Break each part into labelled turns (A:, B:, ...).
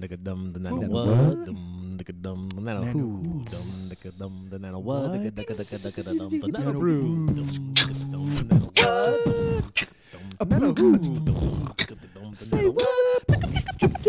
A: nigga dum the nana
B: Oh,
A: what
B: what?
A: dum nigga dum the nana
B: Nana
A: who
B: who?
A: dum nigga dum the nana what
B: What?
A: nigga nigga nigga nigga da dum the nana
B: Nana brew.
A: brew dum nigga dum the nana what dum
B: A
A: nana
B: brew.
A: who dum nigga the dum the nana what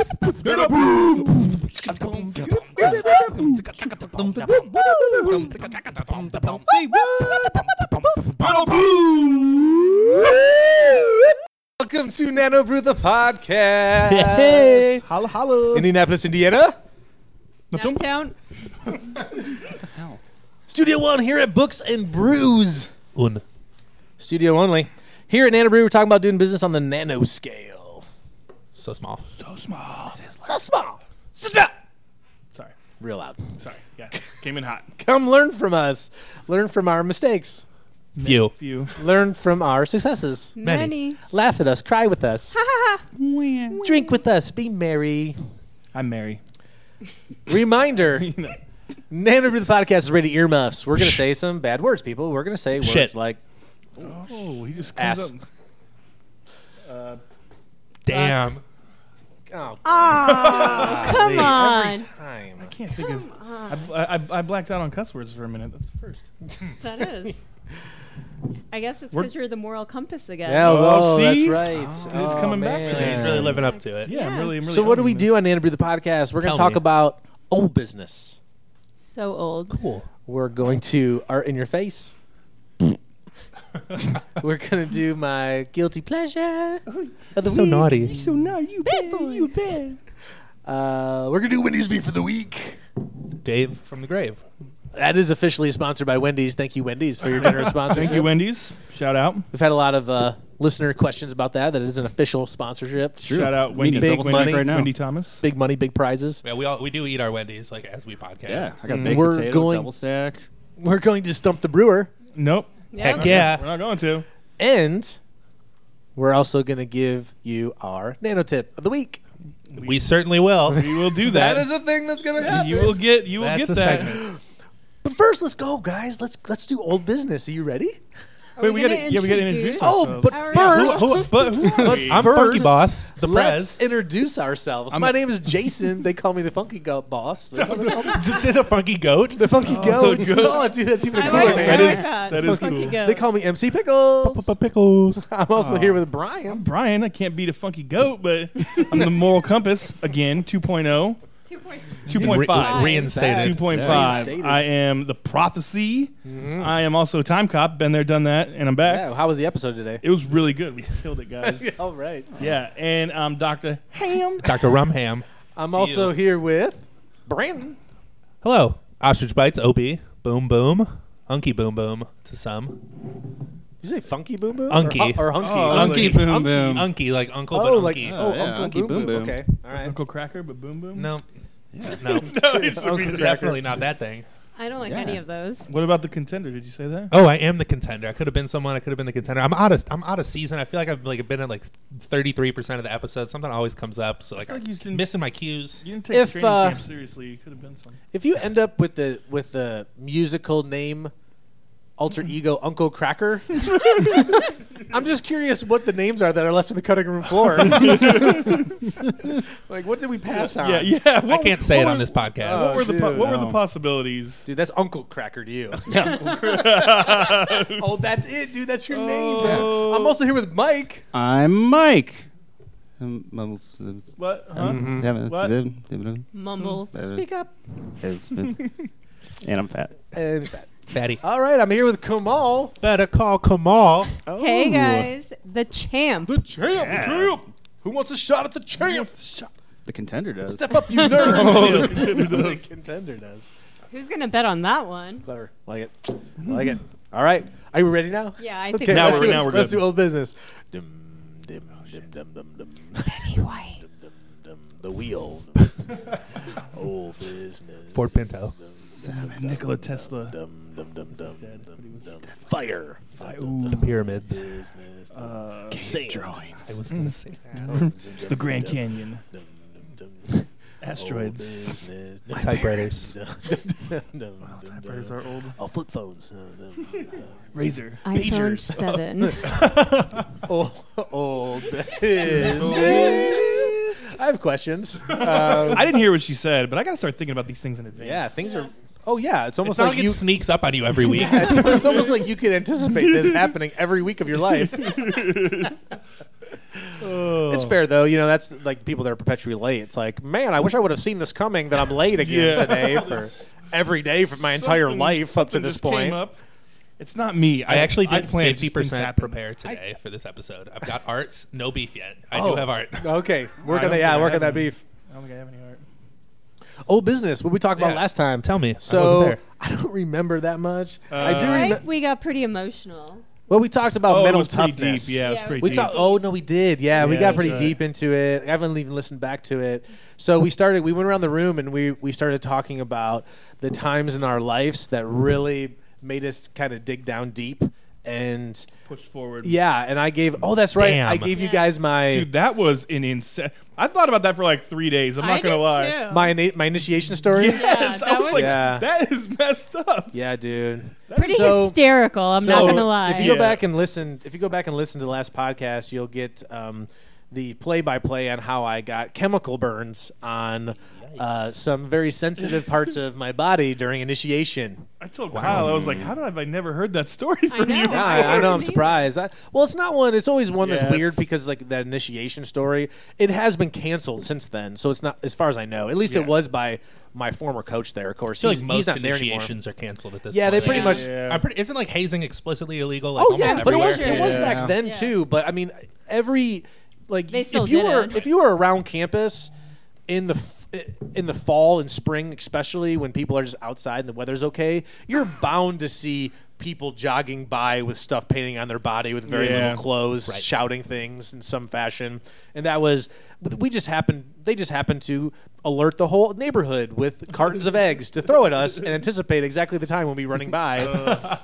C: Welcome to Nano Brew the podcast.
A: Hey.
B: Holla, holla.
C: Indianapolis, Indiana.
D: Downtown.
C: Studio One here at Books and Brews. Un. Studio only. Here at Nano Brew, we're talking about doing business on the nano scale. So small.
B: so small.
C: So small. Stop.
B: Sorry.
C: Real loud.
B: Sorry. Yeah. Came in hot.
C: Come learn from us. Learn from our mistakes. Few.
B: Few.
C: Learn from our successes.
D: Many.
C: Laugh at us. Cry with us. Drink with us. Be merry.
B: I'm Mary.
C: Reminder.
B: You know,
C: Nano Brew the podcast is ready earmuffs. We're gonna say some bad words, people. We're gonna say words
A: Shit.
C: like
B: oh, he just comes
C: Ass.
B: up. Uh,
A: damn
C: oh
D: Oh, come
C: golly,
D: on.
C: every time.
B: can't think of. I, I, I blacked out on cuss words for a minute. That's the first.
D: That is. I guess it's
B: We're-
D: because you're the moral compass again.
C: Yeah,
B: Oh,
C: whoa, that's
B: see? Oh,
C: right. Oh,
B: It's coming back to me.
A: he's really living up to it
B: Yeah, I'm
D: Yeah.
B: really. I'm really
C: so what do we
B: owning
C: do on Nano Brew the podcast? We're gonna
A: Tell
C: talk
A: me.
C: about old business.
D: So old.
A: cool
C: We're going to art in your face. We're gonna do my guilty pleasure of the
A: so
C: week.
A: naughty
B: this. So now you bad boy. You bad.
C: Uh, we're gonna do Wendy's beef of the week.
A: Dave from the grave
C: That is officially sponsored by Wendy's. Thank you, Wendy's, for your generous sponsorship.
B: Thank you, Wendy's. Shout out.
C: We've had a lot of uh, listener questions about that. That it is an official sponsorship.
B: Shout out,
E: We
B: Wendy.
E: need to
C: Big
E: double stack
C: money.
E: right now.
B: Wendy Thomas.
C: Big money, big prizes.
A: yeah we all we do eat our wendy's like as we podcast
E: Yeah, I got baked
C: We're
E: potato,
C: going-
E: double stack.
C: We're going to stump the brewer,
B: Nope.
A: Heck yeah.
B: We're not going to.
C: and we're also going to give you our nano tip of the week.
A: we certainly will
B: We will do that.
C: a thing that's going to
B: you will get. You will
A: that's
B: get
A: a
B: that.
A: segment
C: But first, let's go, guys. Let's let's do old business. Are you ready?
D: Are
B: Wait, we
D: gonna
B: gotta- yeah, we gotta introduce
C: Oh,
B: ourselves.
C: but
D: Our-
C: first,
A: Who- who-
B: But who are we?
A: i'm funky boss the
C: let's
A: prez
C: introduce ourselves. My name is Jason. they call me the Funky Go- Boss. What
A: Oh,
C: do they call me?
A: Did you say the funky goat
C: the Funky Goat.
B: Goat.
C: Oh, dude, that's even
D: I
C: cooler.
D: like
B: That
C: man.
D: that.
B: is-
D: I like
B: that is
D: Funky
B: cool.
D: goat.
C: They call me MC Pickles.
A: pickles
C: I'm also here with Brian.
B: Brian, I can't beat a funky goat, but I'm the moral compass again, oh, 2.0.
D: Two point-
B: 2.5.
A: Re- reinstated
B: 2.5.
C: Reinstated.
B: I am the prophecy.
A: Mm-hmm.
B: I am also time cop. Been there, done that, and I'm back.
C: Yeah, how was the episode today?
B: It was really good. We killed it, guys.
C: All right.
B: yeah, and I'm Doctor Ham.
A: dr rumham
C: I'm
A: To
C: also
A: you.
C: here with Brandon.
A: hello ostrich bites op boom boom unky boom boom to some
C: Did you say Funky Boom Boom?
A: Unky.
C: Or, or Hunky?
B: Oh,
C: Unky.
A: Unky
E: Unky Boom
A: Unky,
E: Boom.
A: Unky, like uncle,
C: Oh,
A: but
C: like,
A: Unky.
C: oh,
E: Oh, yeah,
C: Uncle, Boom,
E: Unky
C: Boom
E: Boom Boom.
C: Okay. All right.
B: Uncle Cracker, but boom boom.
A: no, no,
B: It's the
A: Uncle-
B: Cracker.
A: definitely not that thing.
D: I don't like
E: Yeah.
D: any of those.
B: What about the contender? Did you say that?
A: Oh, I am the contender. I could have been someone. I could have been the contender. I'm out of. I'm out of season. I feel like I've like been at like 33 percent of the episodes. Something always comes up. So like,
B: I feel
A: I'm
B: like you didn't-
A: missing my cues.
B: You didn't take
C: If,
B: training
C: uh,
B: camp seriously. You could have been some.
C: If you end up with the with the musical name alter ego Uncle Cracker, I'm just curious what the names are that are left in the cutting room floor. like, what did we pass on?
B: Yeah, yeah.
A: I can't say it on
B: were-
A: this podcast.
B: What,
C: Oh,
B: were, the po-
C: dude,
B: what were the
E: no.
B: possibilities?
C: Dude, that's Uncle Cracker to you. oh, that's it, dude. That's your name.
B: Oh.
C: I'm also here with Mike.
E: I'm Mike. Um, mumbles, uh,
B: What? Huh?
A: Mm-hmm.
E: haven't-
B: What?
D: Mumbles.
E: Uh,
C: Speak up.
E: and I'm fat.
C: And that.
A: Fatty,
C: All right, I'm here with Kamal.
A: better call Kamal.
D: Hey guys, the champ.
C: The champ.
E: Yeah.
C: Who wants a shot at the champ? Oh.
E: The contender does.
C: Step up, you nerds.
B: the contender
C: the
B: does.
C: contender does.
D: Who's gonna bet on that one?
C: Clever. Like it. I like it. All right. Are you ready now?
D: Yeah, I think
C: Okay,
B: Now
C: let's
B: we're-
C: do it.
B: now we're
C: Let's
B: good.
C: do old business. Dum, dim, dim, dum, dum, dum.
D: Betty White.
C: Dum, dum, dum. The wheel. old business.
A: Ford Pinto.
B: Nikola Tesla.
C: Dum, dum, dum, dum,
B: dead. But he was-
C: dum. Fire.
A: The pyramids.
C: Business.
B: Uh,
C: Sand.
A: I was gonna say that.
B: the Grand Canyon.
C: Dum, dum, dum. Old
B: Asteroids.
C: business.
A: Typewriters.
C: Dum, dum, dum,
B: Typewriters
C: dum.
B: are old.
C: Oh, flip phones. Dum, dum, dum.
B: Razor.
D: iPhone
C: Pagers.
D: seven.
C: old business. I have questions. Um,
B: I didn't hear what she said, but I got to start thinking about these things in advance.
C: yeah, things are. Oh yeah, it's
A: It's
C: almost
A: not
C: like
A: like it
C: you.
A: sneaks up on you every week.
C: it's, it's almost like you could anticipate this happening every week of your life. It's fair though, you know. That's like people that are perpetually late. It's like, man, I wish I would have seen this coming. That I'm late again
B: Yeah.
C: today for every day for my entire
B: Something-
C: life up to
B: something
C: this
B: just came
C: point.
B: up. It's not me.
A: I actually
B: I
A: did
B: plan
A: fifty
B: just things
A: percent
B: happen.
A: prepare today for this episode. I've got art, no beef yet. I
C: Oh.
A: do have art.
C: Okay,
B: I
C: work
B: don't
C: on that. Yeah,
B: think I
C: work on
B: have
C: that
B: any.
C: beef.
B: I don't think I have any art.
C: Oh, business. What we talked about
A: Yeah.
C: last time.
A: Tell me, I wasn't
C: So
A: there.
C: I don't remember that much. I do.
B: Uh,
C: Rem-
D: Right? We got pretty emotional.
C: well, we talked about
B: Oh, it
C: Oh, mental
B: was pretty
C: toughness.
B: Deep. Yeah, it was
D: Yeah,
B: pretty
C: We
B: deep.
C: talked. Oh no, we did. Yeah, we
B: Yeah,
C: got
B: that's
C: pretty
B: right.
C: deep into it. I haven't even listened back to it. So we started. We went around the room and we we started talking about the times in our lives that really made us kind of dig down deep. And
B: Push forward.
C: yeah, and I gave. Oh, that's right. I
A: Damn.
C: gave you
D: Yeah.
C: guys my
B: Dude, that was an insane. I thought about that for like three days. I'm
D: I
B: not gonna
D: did
B: lie.
D: too.
C: my ini- my initiation story. Yeah,
B: Yes,
D: Yeah,
B: I
D: that
B: was,
D: was-
B: like,
C: Yeah.
B: that is messed up.
C: dude.
D: Pretty
C: So-
D: hysterical. I'm not
C: So,
D: gonna lie.
C: If you go
B: Yeah.
C: back and listen, if you go back and listen to the last podcast, you'll get um, the play-by-play on how I got chemical burns on uh, some very sensitive parts of my body during initiation.
B: I told Kyle, I was like, how did I- I never heard that story from you?
D: know.
C: Yeah, I, I know. I'm
D: Really?
C: surprised. I, well, it's not one. It's always one
B: Yeah,
C: that's weird
B: it's-
C: because like that initiation story, it has been canceled since then. So it's not, as far as I know. At least
B: Yeah.
C: it was by my former coach there. Of course,
A: I feel
C: He's-
A: like
C: he's
A: most
C: not there anymore.
A: initiations are canceled at this
C: Yeah,
A: point.
C: they
A: Like,
C: pretty
A: it's-
C: much-
B: Yeah.
A: I'm pretty- isn't like hazing explicitly illegal? Like,
C: Oh
A: almost
C: yeah, but it was, it
A: everywhere?
C: was
B: Yeah.
C: back then
D: Yeah.
C: too. But I mean, every like
D: They
C: if
D: still
C: you
D: did
C: were
D: it.
C: if you were around campus in the f- in the fall and spring, especially when people are just outside and the weather's okay, you're bound to see people jogging by with stuff painting on their body with very
B: Yeah.
C: little clothes,
A: Right.
C: shouting things in some fashion, and that was we just happened. They just happened to alert the whole neighborhood with cartons of eggs to throw at us and anticipate exactly the time we'll be running by.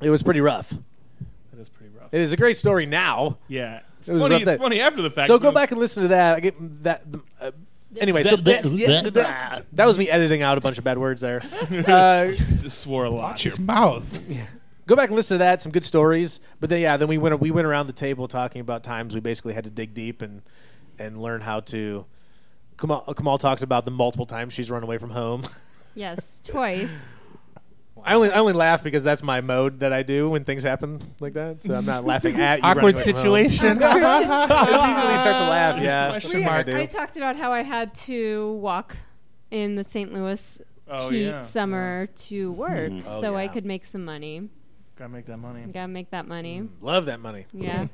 C: it was pretty rough.
B: That is pretty rough.
C: It is a great story now.
B: Yeah. It's,
C: It was
B: funny,
C: rough
B: it's
C: that-
B: funly after the fact.
C: So go
B: but-
C: back and listen to that. I get that. Uh, anyway, so
A: That- that-
C: yeah,
A: that-
C: that, that was me editing out a bunch of bad words there. Uh,
B: Just swore a lot.
A: Watch your mouth.
C: go back and listen to that. Some good stories. But then yeah, then we went we went around the table talking about times we basically had to dig deep and and learn how to. Kamal, uh, Kamal talks about the multiple times she's run away from home.
D: yes, twice.
C: I only I only laugh because that's my mode that I do when things happen like that. So I'm not laughing at you. running
A: Awkward
C: away from home.
A: situation.
C: I immediately start to laugh. Yeah.
A: Question
D: We-
A: mark.
D: I talked about how I had to walk in the St. Louis
B: Oh,
D: heat
B: yeah.
D: summer to work
C: Oh,
D: so I
C: yeah.
D: could make some money.
B: Gotta make that money.
D: Gotta make that money.
C: Love that money.
D: Yeah.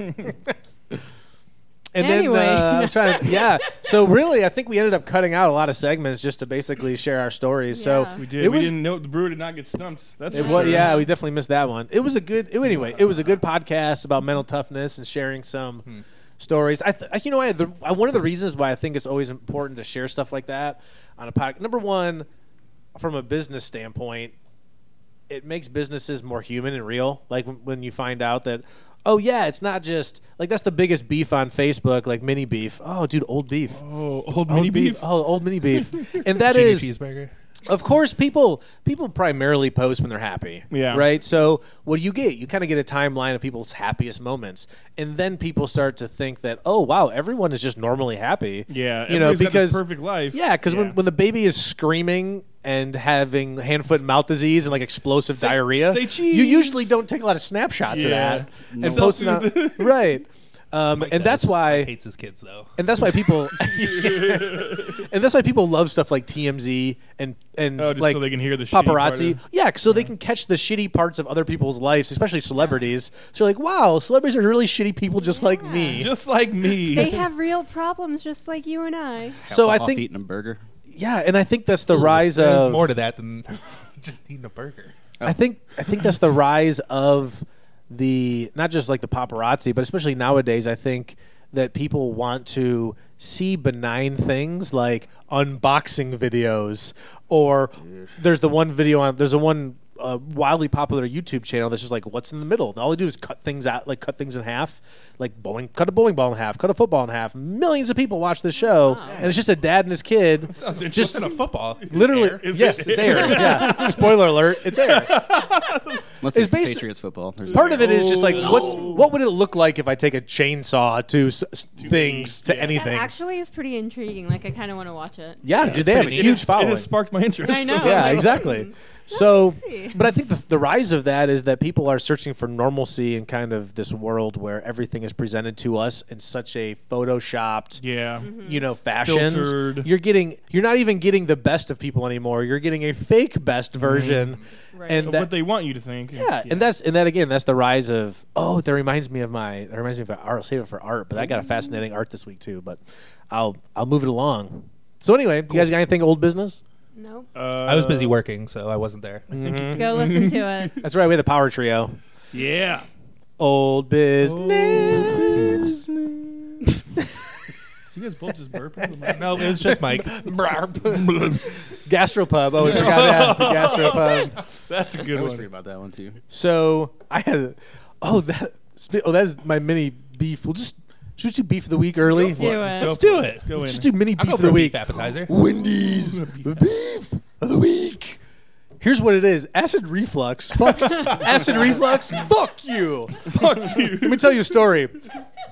C: And
D: Anyway.
C: then uh, I'm trying to, yeah. So really, I think we ended up cutting out a lot of segments just to basically share our stories.
D: Yeah.
C: So
B: We did.
C: It
B: we
C: was-
B: didn't know the brewer did not get stumped. That's
C: it
B: for
C: was,
B: sure.
C: yeah, we definitely missed that one. It was a good it- anyway. It was a good podcast about mental toughness and sharing some
B: Hmm.
C: stories. I, th- I you know I, the, I one of the reasons why I think it's always important to share stuff like that on a podcast. Number one, from a business standpoint, it makes businesses more human and real. Like when, when you find out that, oh yeah, it's not just like that's the biggest beef on Facebook, like mini beef. Oh, dude, old beef,
B: Oh, old mini
C: old beef.
B: beef.
C: oh, old mini beef, and that
A: Junior
C: is,
A: cheeseburger.
C: of course, people people primarily post when they're happy.
B: Yeah.
C: right. So what do you get? You kind of get a timeline of people's happiest moments, and then people start to think that, oh wow, everyone is just normally happy.
B: Yeah.
C: you
B: everybody's
C: know
B: got this
C: because
B: perfect life.
C: yeah, because when, when the baby is screaming and having hand foot and mouth disease and like explosive diarrhea,
B: say
C: you
B: cheese.
C: usually don't take a lot of snapshots
B: Yeah.
C: of that
B: No.
C: and post it on, right. Um, and that's
A: does.
C: why
A: hates his kids though.
C: and that's why people and that's why people love stuff like TMZ and and
B: Oh, just
C: like
B: so they can hear the shitty part
C: paparazzi.
B: of-
C: yeah, so they can catch the shitty parts of other people's lives, especially celebrities. So you're like, wow, celebrities are really shitty people just like
D: Yeah.
C: me.
B: Just like me.
D: they have real problems just like you and I.
C: so I
E: off
C: think
E: eating a burger.
C: yeah, and I think that's the rise
A: There's
C: of
A: more to that than just eating a burger.
C: I think I think that's the rise of the not just like the paparazzi, but especially nowadays. I think that people want to see benign things like unboxing videos, or there's the one video on there's the one a wildly popular YouTube channel that's just like what's in the middle. And all they do is cut things out, like cut things in half, like bowling, cut a bowling ball in half, cut a football in half. Millions of people watch this show, and it's just a dad and his kid.
A: Sounds
C: Just-
A: just in a football.
C: Literally,
A: Air.
C: yes, it's air. Yeah, spoiler alert, it's air.
E: Let's say
C: It's
E: it's
C: basi-
E: Patriots football. There's
C: Part of it is just like what's what would it look like if I take a chainsaw to s- s- things to
D: That
C: anything?
D: actually is pretty intriguing. Like I kind of want to watch it.
C: Yeah, dude, they have a
A: pretty
B: It-
C: huge
B: It
C: following.
B: has sparked my interest.
D: I know.
C: yeah,
D: like,
C: exactly.
D: hmm.
C: So,
D: see.
C: but I think the, the rise of that is that people are searching for normalcy in kind of this world where everything is presented to us in such a photoshopped,
B: yeah.
D: Mm-hmm.
C: you know, fashion.
B: Filtered.
C: You're getting, you're not even getting the best of people anymore. You're getting a fake best version,
D: Right.
C: and
B: Of
C: that,
B: what they want you to think.
C: yeah, and that's and that again, that's the rise of oh, that reminds me of my that reminds me of my art. I'll save it for art, but I got a fascinating art this week too. But I'll I'll move it along. So anyway, you guys got anything old business?
D: Nope.
B: Uh,
A: I was busy working, so I wasn't there.
D: Go listen to it.
C: That's right, we had the power trio.
B: Yeah.
C: Old business.
B: You guys both just burping.
A: No, it was just Mike.
C: Gastropub. Oh, we forgot that. Gastropub.
B: That's a good
E: I was
B: one.
E: free about that one too.
C: So I had. Oh, that. sp- Oh, that is my mini beef. We'll just should we do beef of the week early?
D: Go for it. Just
A: Let's do it.
B: Go in.
C: Let's just do mini beef
A: I'm going
C: of
A: for
C: the
A: a beef
C: week.
A: appetizer.
C: Wendy's beef of the week. Here's what it is: acid reflux. Fuck acid reflux. Fuck you. Fuck you. Let me tell you a story.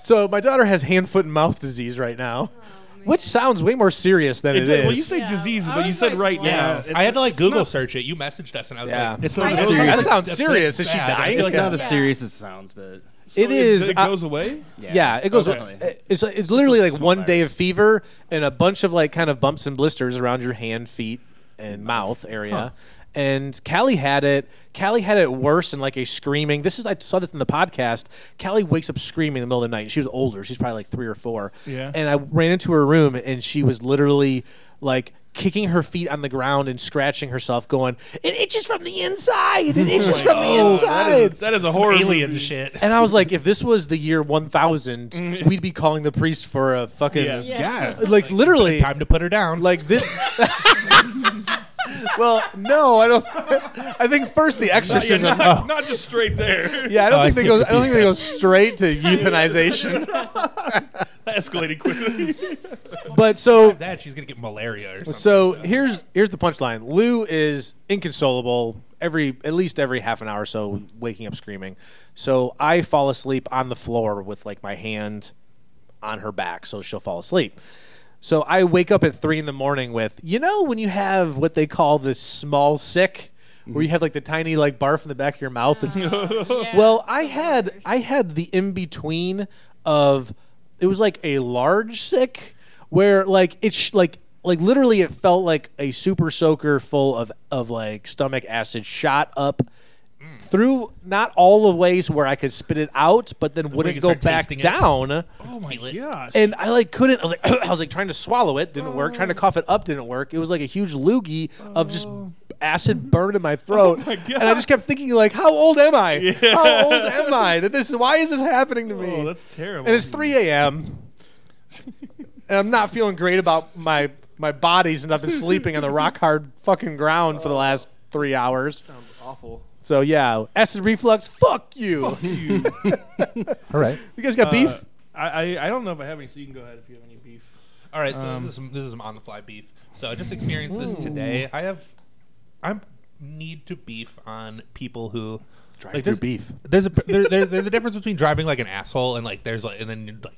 C: So my daughter has hand, foot, and mouth disease right now, which sounds way more serious than
B: It
C: it
B: did- well, you
C: is.
B: said
D: Yeah.
B: disease,
D: I
B: but you
D: was
B: said
D: like,
B: right
D: wow.
B: now.
D: Yeah.
B: It's-
A: I had to like Google search it. You messaged us, and I was
C: Yeah.
A: like,
B: It's not
D: I-
B: as
D: That
B: serious.
C: That sounds serious. Is she
A: bad. I
C: dying?
A: feel like
E: Not as
D: Yeah.
E: serious as it sounds, but
C: It is.
B: It
C: I-
B: goes away.
C: Yeah, it
B: Oh,
C: goes.
E: Okay.
C: It's it's literally like
E: Some
C: one day
E: virus.
C: of fever and a bunch of like kind of bumps and blisters around your hand, feet, and mouth area. And Callie had it. Callie had it worse and like a screaming. This is I saw this in the podcast. Callie wakes up screaming in the middle of the night. She was older. She's probably like three or four.
B: Yeah.
C: And I ran into her room and she was literally like kicking her feet on the ground and scratching herself, going, "It itches from the inside. It itches from the inside."
B: Oh That is, that is a horror
A: alien
B: movie.
A: shit.
C: And I was like, if this was the year 1000, we'd be calling the priest for a fucking.
B: Yeah.
D: Yeah.
C: Like, literally.
A: Time to put her down.
C: Like, this. well, no, I don't. I think first the
B: Yeah,
C: exorcism.
B: not, not just straight there.
C: Yeah, I don't
A: Oh, I
C: think they
A: see
C: go.
A: what
C: I don't
A: you
C: think they go straight to euthanization.
B: That escalated quickly.
C: But so,
A: that she's gonna get malaria or something.
C: so here's here's the punchline. Lou is inconsolable. Every at least every half an hour or so, waking up screaming. So I fall asleep on the floor with like my hand on her back, so she'll fall asleep. So I wake up at three in the morning with, you know, when you have what they call the small sick, where you have like the tiny like barf in the back of your mouth. It's
D: Yeah.
C: well, I had I had the in between of it was like a large sick where like it's sh- like like literally it felt like a super soaker full of of like stomach acid shot up
A: Mm.
C: through not all the ways where I could spit it out, but then wouldn't
A: could
C: go
A: start
C: back
A: tasting it.
C: down
A: oh my
B: Gosh.
C: and I like couldn't. I was like, I was like trying to swallow it, didn't work. Trying to cough it up, didn't work. It was like a huge loogie of just acid burned in my throat,
B: Oh my God.
C: and I just kept thinking like, how old am I? How old am I? That this why is this happening to me?
B: oh, that's terrible.
C: and it's 3 a.m. and I'm not feeling great about my my bodies, and I've been sleeping on the rock hard fucking ground for the last three hours.
E: sounds awful.
C: So yeah, acid reflux. Fuck you.
A: All right.
C: You guys got
B: Uh,
C: beef?
B: I, I I don't know if I have any, so you can go ahead if you have any beef.
A: All right, so
B: Um,
A: this is some, this is some on the fly beef. So I just experienced this today. I have I need to beef on people who drive
C: through beef.
A: There's a there, there, there's a difference between driving like an asshole and like there's like and then like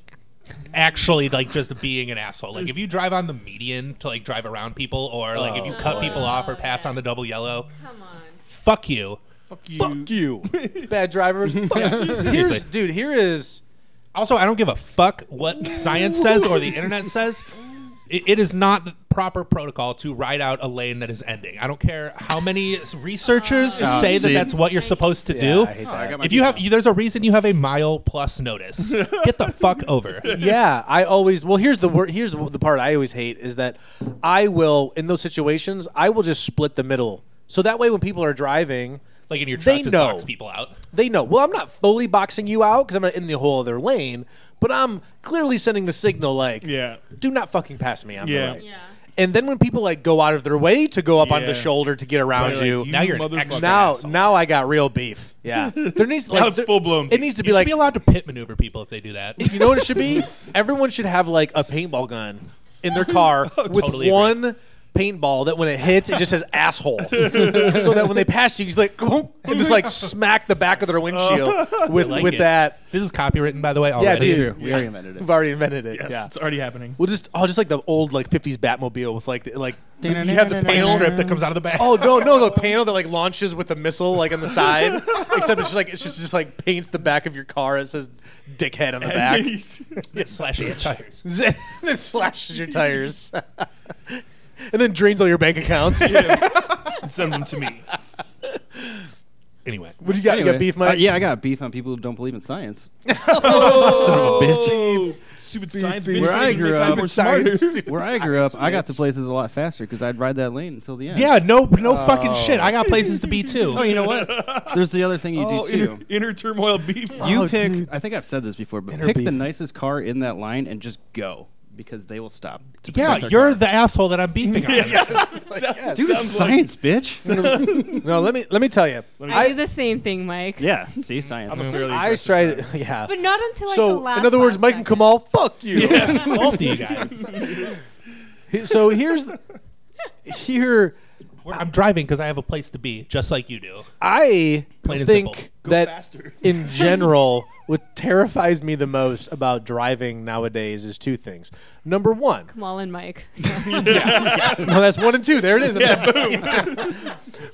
A: actually like just being an asshole. Like if you drive on the median to like drive around people or like
C: Oh,
A: if you cut people off or pass on the double yellow,
D: Come on.
A: fuck you.
B: Fuck you.
C: Fuck you, bad drivers. Fuck.
A: Seriously.
C: Here's, dude. Here is
A: Also, I don't give a fuck what science says or the internet says. It, it is not the proper protocol to ride out a lane that is ending. I don't care how many s- researchers
E: Oh,
A: say that
E: see?
A: that's what you're supposed
C: Uh,
A: to
C: Yeah,
A: do.
C: I hate
E: I
C: that.
E: got my
A: If you have,
E: beef
A: there's a reason you have a mile plus notice. Get the fuck over.
C: yeah, I always. Well, here's the word. Here's the, the part I always hate is that I will in those situations I will just split the middle. So that way, when people are driving,
A: Like in your
C: They
A: truck, just
C: know.
A: knocks people out.
C: they know. Well, I'm not fully boxing you out because I'm not in the whole other lane, but I'm clearly sending the signal like,
B: Yeah.
C: do not fucking pass me. I'm
B: Yeah.
C: right.
D: Yeah.
C: And then when people like go out of their way to go up on the
B: Yeah.
C: shoulder to get around
B: Right, like,
C: you,
B: you
A: now you're an
B: motherfucker.
A: extra
C: now
A: asshole.
C: now I got real beef. Yeah, there needs
B: Now
C: like
B: it's
C: there-
B: full-blown
C: It
B: beef.
C: needs to
A: you
C: be
A: should
C: like
A: be allowed to pit maneuver people if they do that.
C: you know what it should be? Everyone should have like a paintball gun in their car with
A: Oh, totally agree.
C: one paintball that when it hits, it just says asshole. so that when they pass you, you just like and just like smack the back of their windshield with
A: like
C: with
A: it.
C: that.
A: This is copywritten, by the way. Already.
C: dude.
E: True. We already invented it.
C: We've already invented it.
B: Yes,
C: Yeah.
B: it's already happening.
C: Well, just oh, just like the old like '50s Batmobile with like the, like you have this
A: Paint
C: panel.
A: strip that comes out of the back.
C: Oh no, no, the panel that like launches with the missile like on the side. Except it's just like it's just just like paints the back of your car. It says "dickhead" on the back.
A: it slashes your tires.
C: then slashes your tires. and then drains all your bank accounts. what
B: Sends them to me.
A: Anyway,
C: do you got? You got
E: Anyway,
C: beef, Mike?
E: uh, yeah, I got beef on people who don't believe in science. Son of a bitch.
B: Oh, stupid science
E: beef.
B: bitch.
E: Where I
B: Make
E: grew
B: us
E: up-
B: sound more smarter.
E: Where I grew up, I got to places a lot faster because I'd ride that lane until the end.
A: yeah, no, no fucking shit. I got places to be too.
E: Oh, you know what? There's the other thing you
B: Oh,
E: do too.
B: inner, inner turmoil beef.
E: You
C: Oh,
E: pick.
C: dude.
E: I think I've said this before, but
C: Inner
E: pick the
C: beef.
E: nicest car in that line and just go because they will stop. to protect
A: yeah,
E: their
A: you're
E: car.
A: the asshole that I'm beefing on.
E: dude. It's science, bitch.
C: no, let me let me tell you.
D: I, do
C: I
D: the same thing, Mike.
E: yeah, see, science.
B: I'm a fairly
C: I
B: aggressive
C: tried. Yeah.
D: But not until like the
C: so
D: last
C: in other words,
D: last
C: Mike and
D: second.
C: Kamal, fuck you.
A: Both of you guys.
C: He- so here's here
A: We're- I'm driving because I have a place to be, just like you do.
C: I
A: Plain and simple.
C: think
B: Go
C: that
B: faster.
C: in general what terrifies me the most about driving nowadays is two things. Number 1,
D: Kamal and Mike.
C: no, that's one and two. There it is.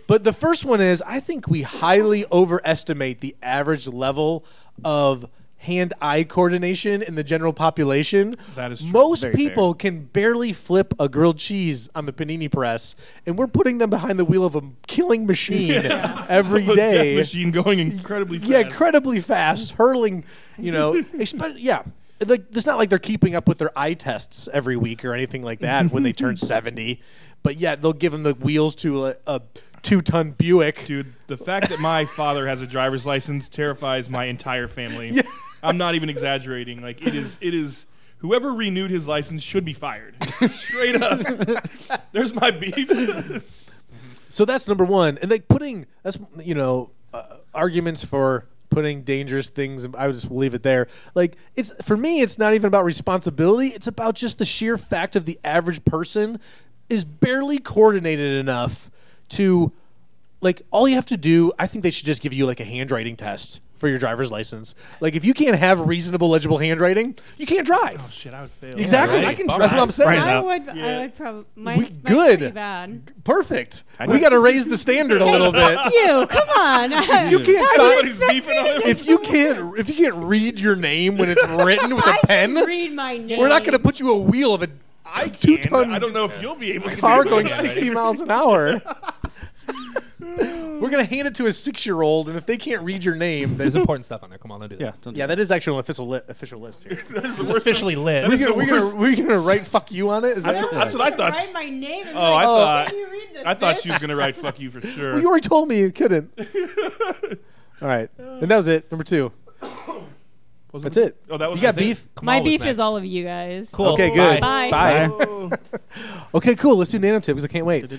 C: but the first one is I think we highly overestimate the average level of hand eye coordination in the general population.
B: That is true.
C: Most
E: Very
C: people can barely flip a grilled cheese on the panini press, and we're putting them behind the wheel of a killing machine every
B: A death
C: day.
B: machine going incredibly fast.
C: Yeah, incredibly fast, hurling, you know, expe- yeah. Like it's not like they're keeping up with their eye tests every week or anything like that when they turn 70. But yeah, they'll give them the wheels to a, a 2-ton Buick.
B: Dude, the fact that my father has a driver's license terrifies my entire family. I'm not even exaggerating. Like it is it is whoever renewed his license should be fired. Straight up. There's my beef.
C: So that's number 1. And like putting that's you know, uh, arguments for putting dangerous things I would just leave it there. Like it's for me it's not even about responsibility, it's about just the sheer fact of the average person is barely coordinated enough to like all you have to do i think they should just give you like a handwriting test for your driver's license like if you can't have reasonable legible handwriting you can't drive
B: Oh, Shit, I would fail.
C: exactly
A: right.
C: i can
A: Bummer.
C: that's what i'm saying
E: Brian's
D: I
E: out.
D: would.
B: Yeah.
D: I would probably. Mine's, mine's
C: good.
D: pretty bad.
C: perfect we got to raise the standard a little bit
D: Fuck you. Come on.
C: you can't sign,
B: Somebody's beefing on him.
C: if you can't if you can't read your name when it's written with a
D: I
C: pen
D: can read my name.
C: we're not going to put you a wheel of a
B: I can.
C: two-ton
B: uh, I don't know if you'll be able to.
C: car
B: do it.
C: going
B: Yeah.
C: 60 miles an hour we're going to hand it to a six-year-old and if they can't read your name then
A: There's important stuff on there. Come on, don't do that.
E: yeah, don't do
C: yeah that is actually an official, li- official list here
A: It's officially lit.
B: That
C: We're
B: is
C: gonna,
B: the
C: we gonna,
B: worst.
C: we gonna write fuck you on it? Is that
B: That's,
C: what-
B: that's what I thought.
D: Write my name. And
B: Oh, I
D: like,
B: thought
D: Can you read this,
B: I thought
D: bitch?"
B: she was gonna write "fuck you" for sure.
C: Well, you already told me you couldn't. all right. And that was it. Number two.
B: Wasn't
C: That's it.
B: Oh, that was
C: You got
B: that's it.
C: beef?
A: Kamal
D: My
A: was
D: beef
A: next.
D: is all of you guys.
A: Cool.
C: Okay, good.
D: Bye.
C: Bye.
B: Oh.
C: Okay, cool. Let's do nanotip because I can't wait.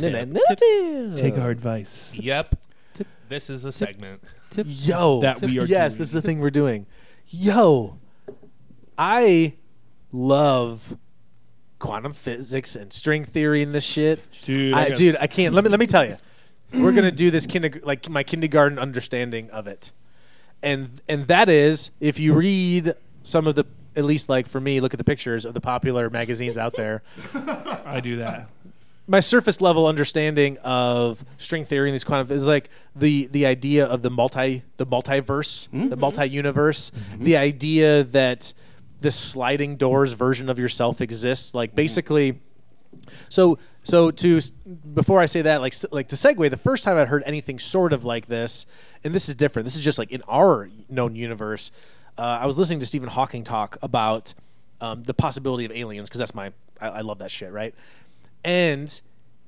B: Take our advice.
A: Yep. This is a segment.
C: Yo.
B: That we are
C: Yes,
B: doing.
C: this is the thing we're doing. Yo. I love quantum physics and string theory and this shit.
B: Dude,
C: I,
B: I got-
C: dude, I can't. Let me let me tell you. We're gonna do this kinder, like my kindergarten understanding of it, and and that is if you read some of the at least like for me, look at the pictures of the popular magazines out there.
B: I do that.
C: My surface level understanding of string theory and these quantum is like the the idea of the multi the multiverse, the multi universe, the idea that this sliding doors version of yourself exists. Like basically. So so to s- before I say that, like s- like to segue, the first time I'd heard anything sort of like this, and this is different. This is just like in our known universe. Uh, I was listening to Stephen Hawking talk about um, the possibility of aliens because that's my I, I love that shit, right? And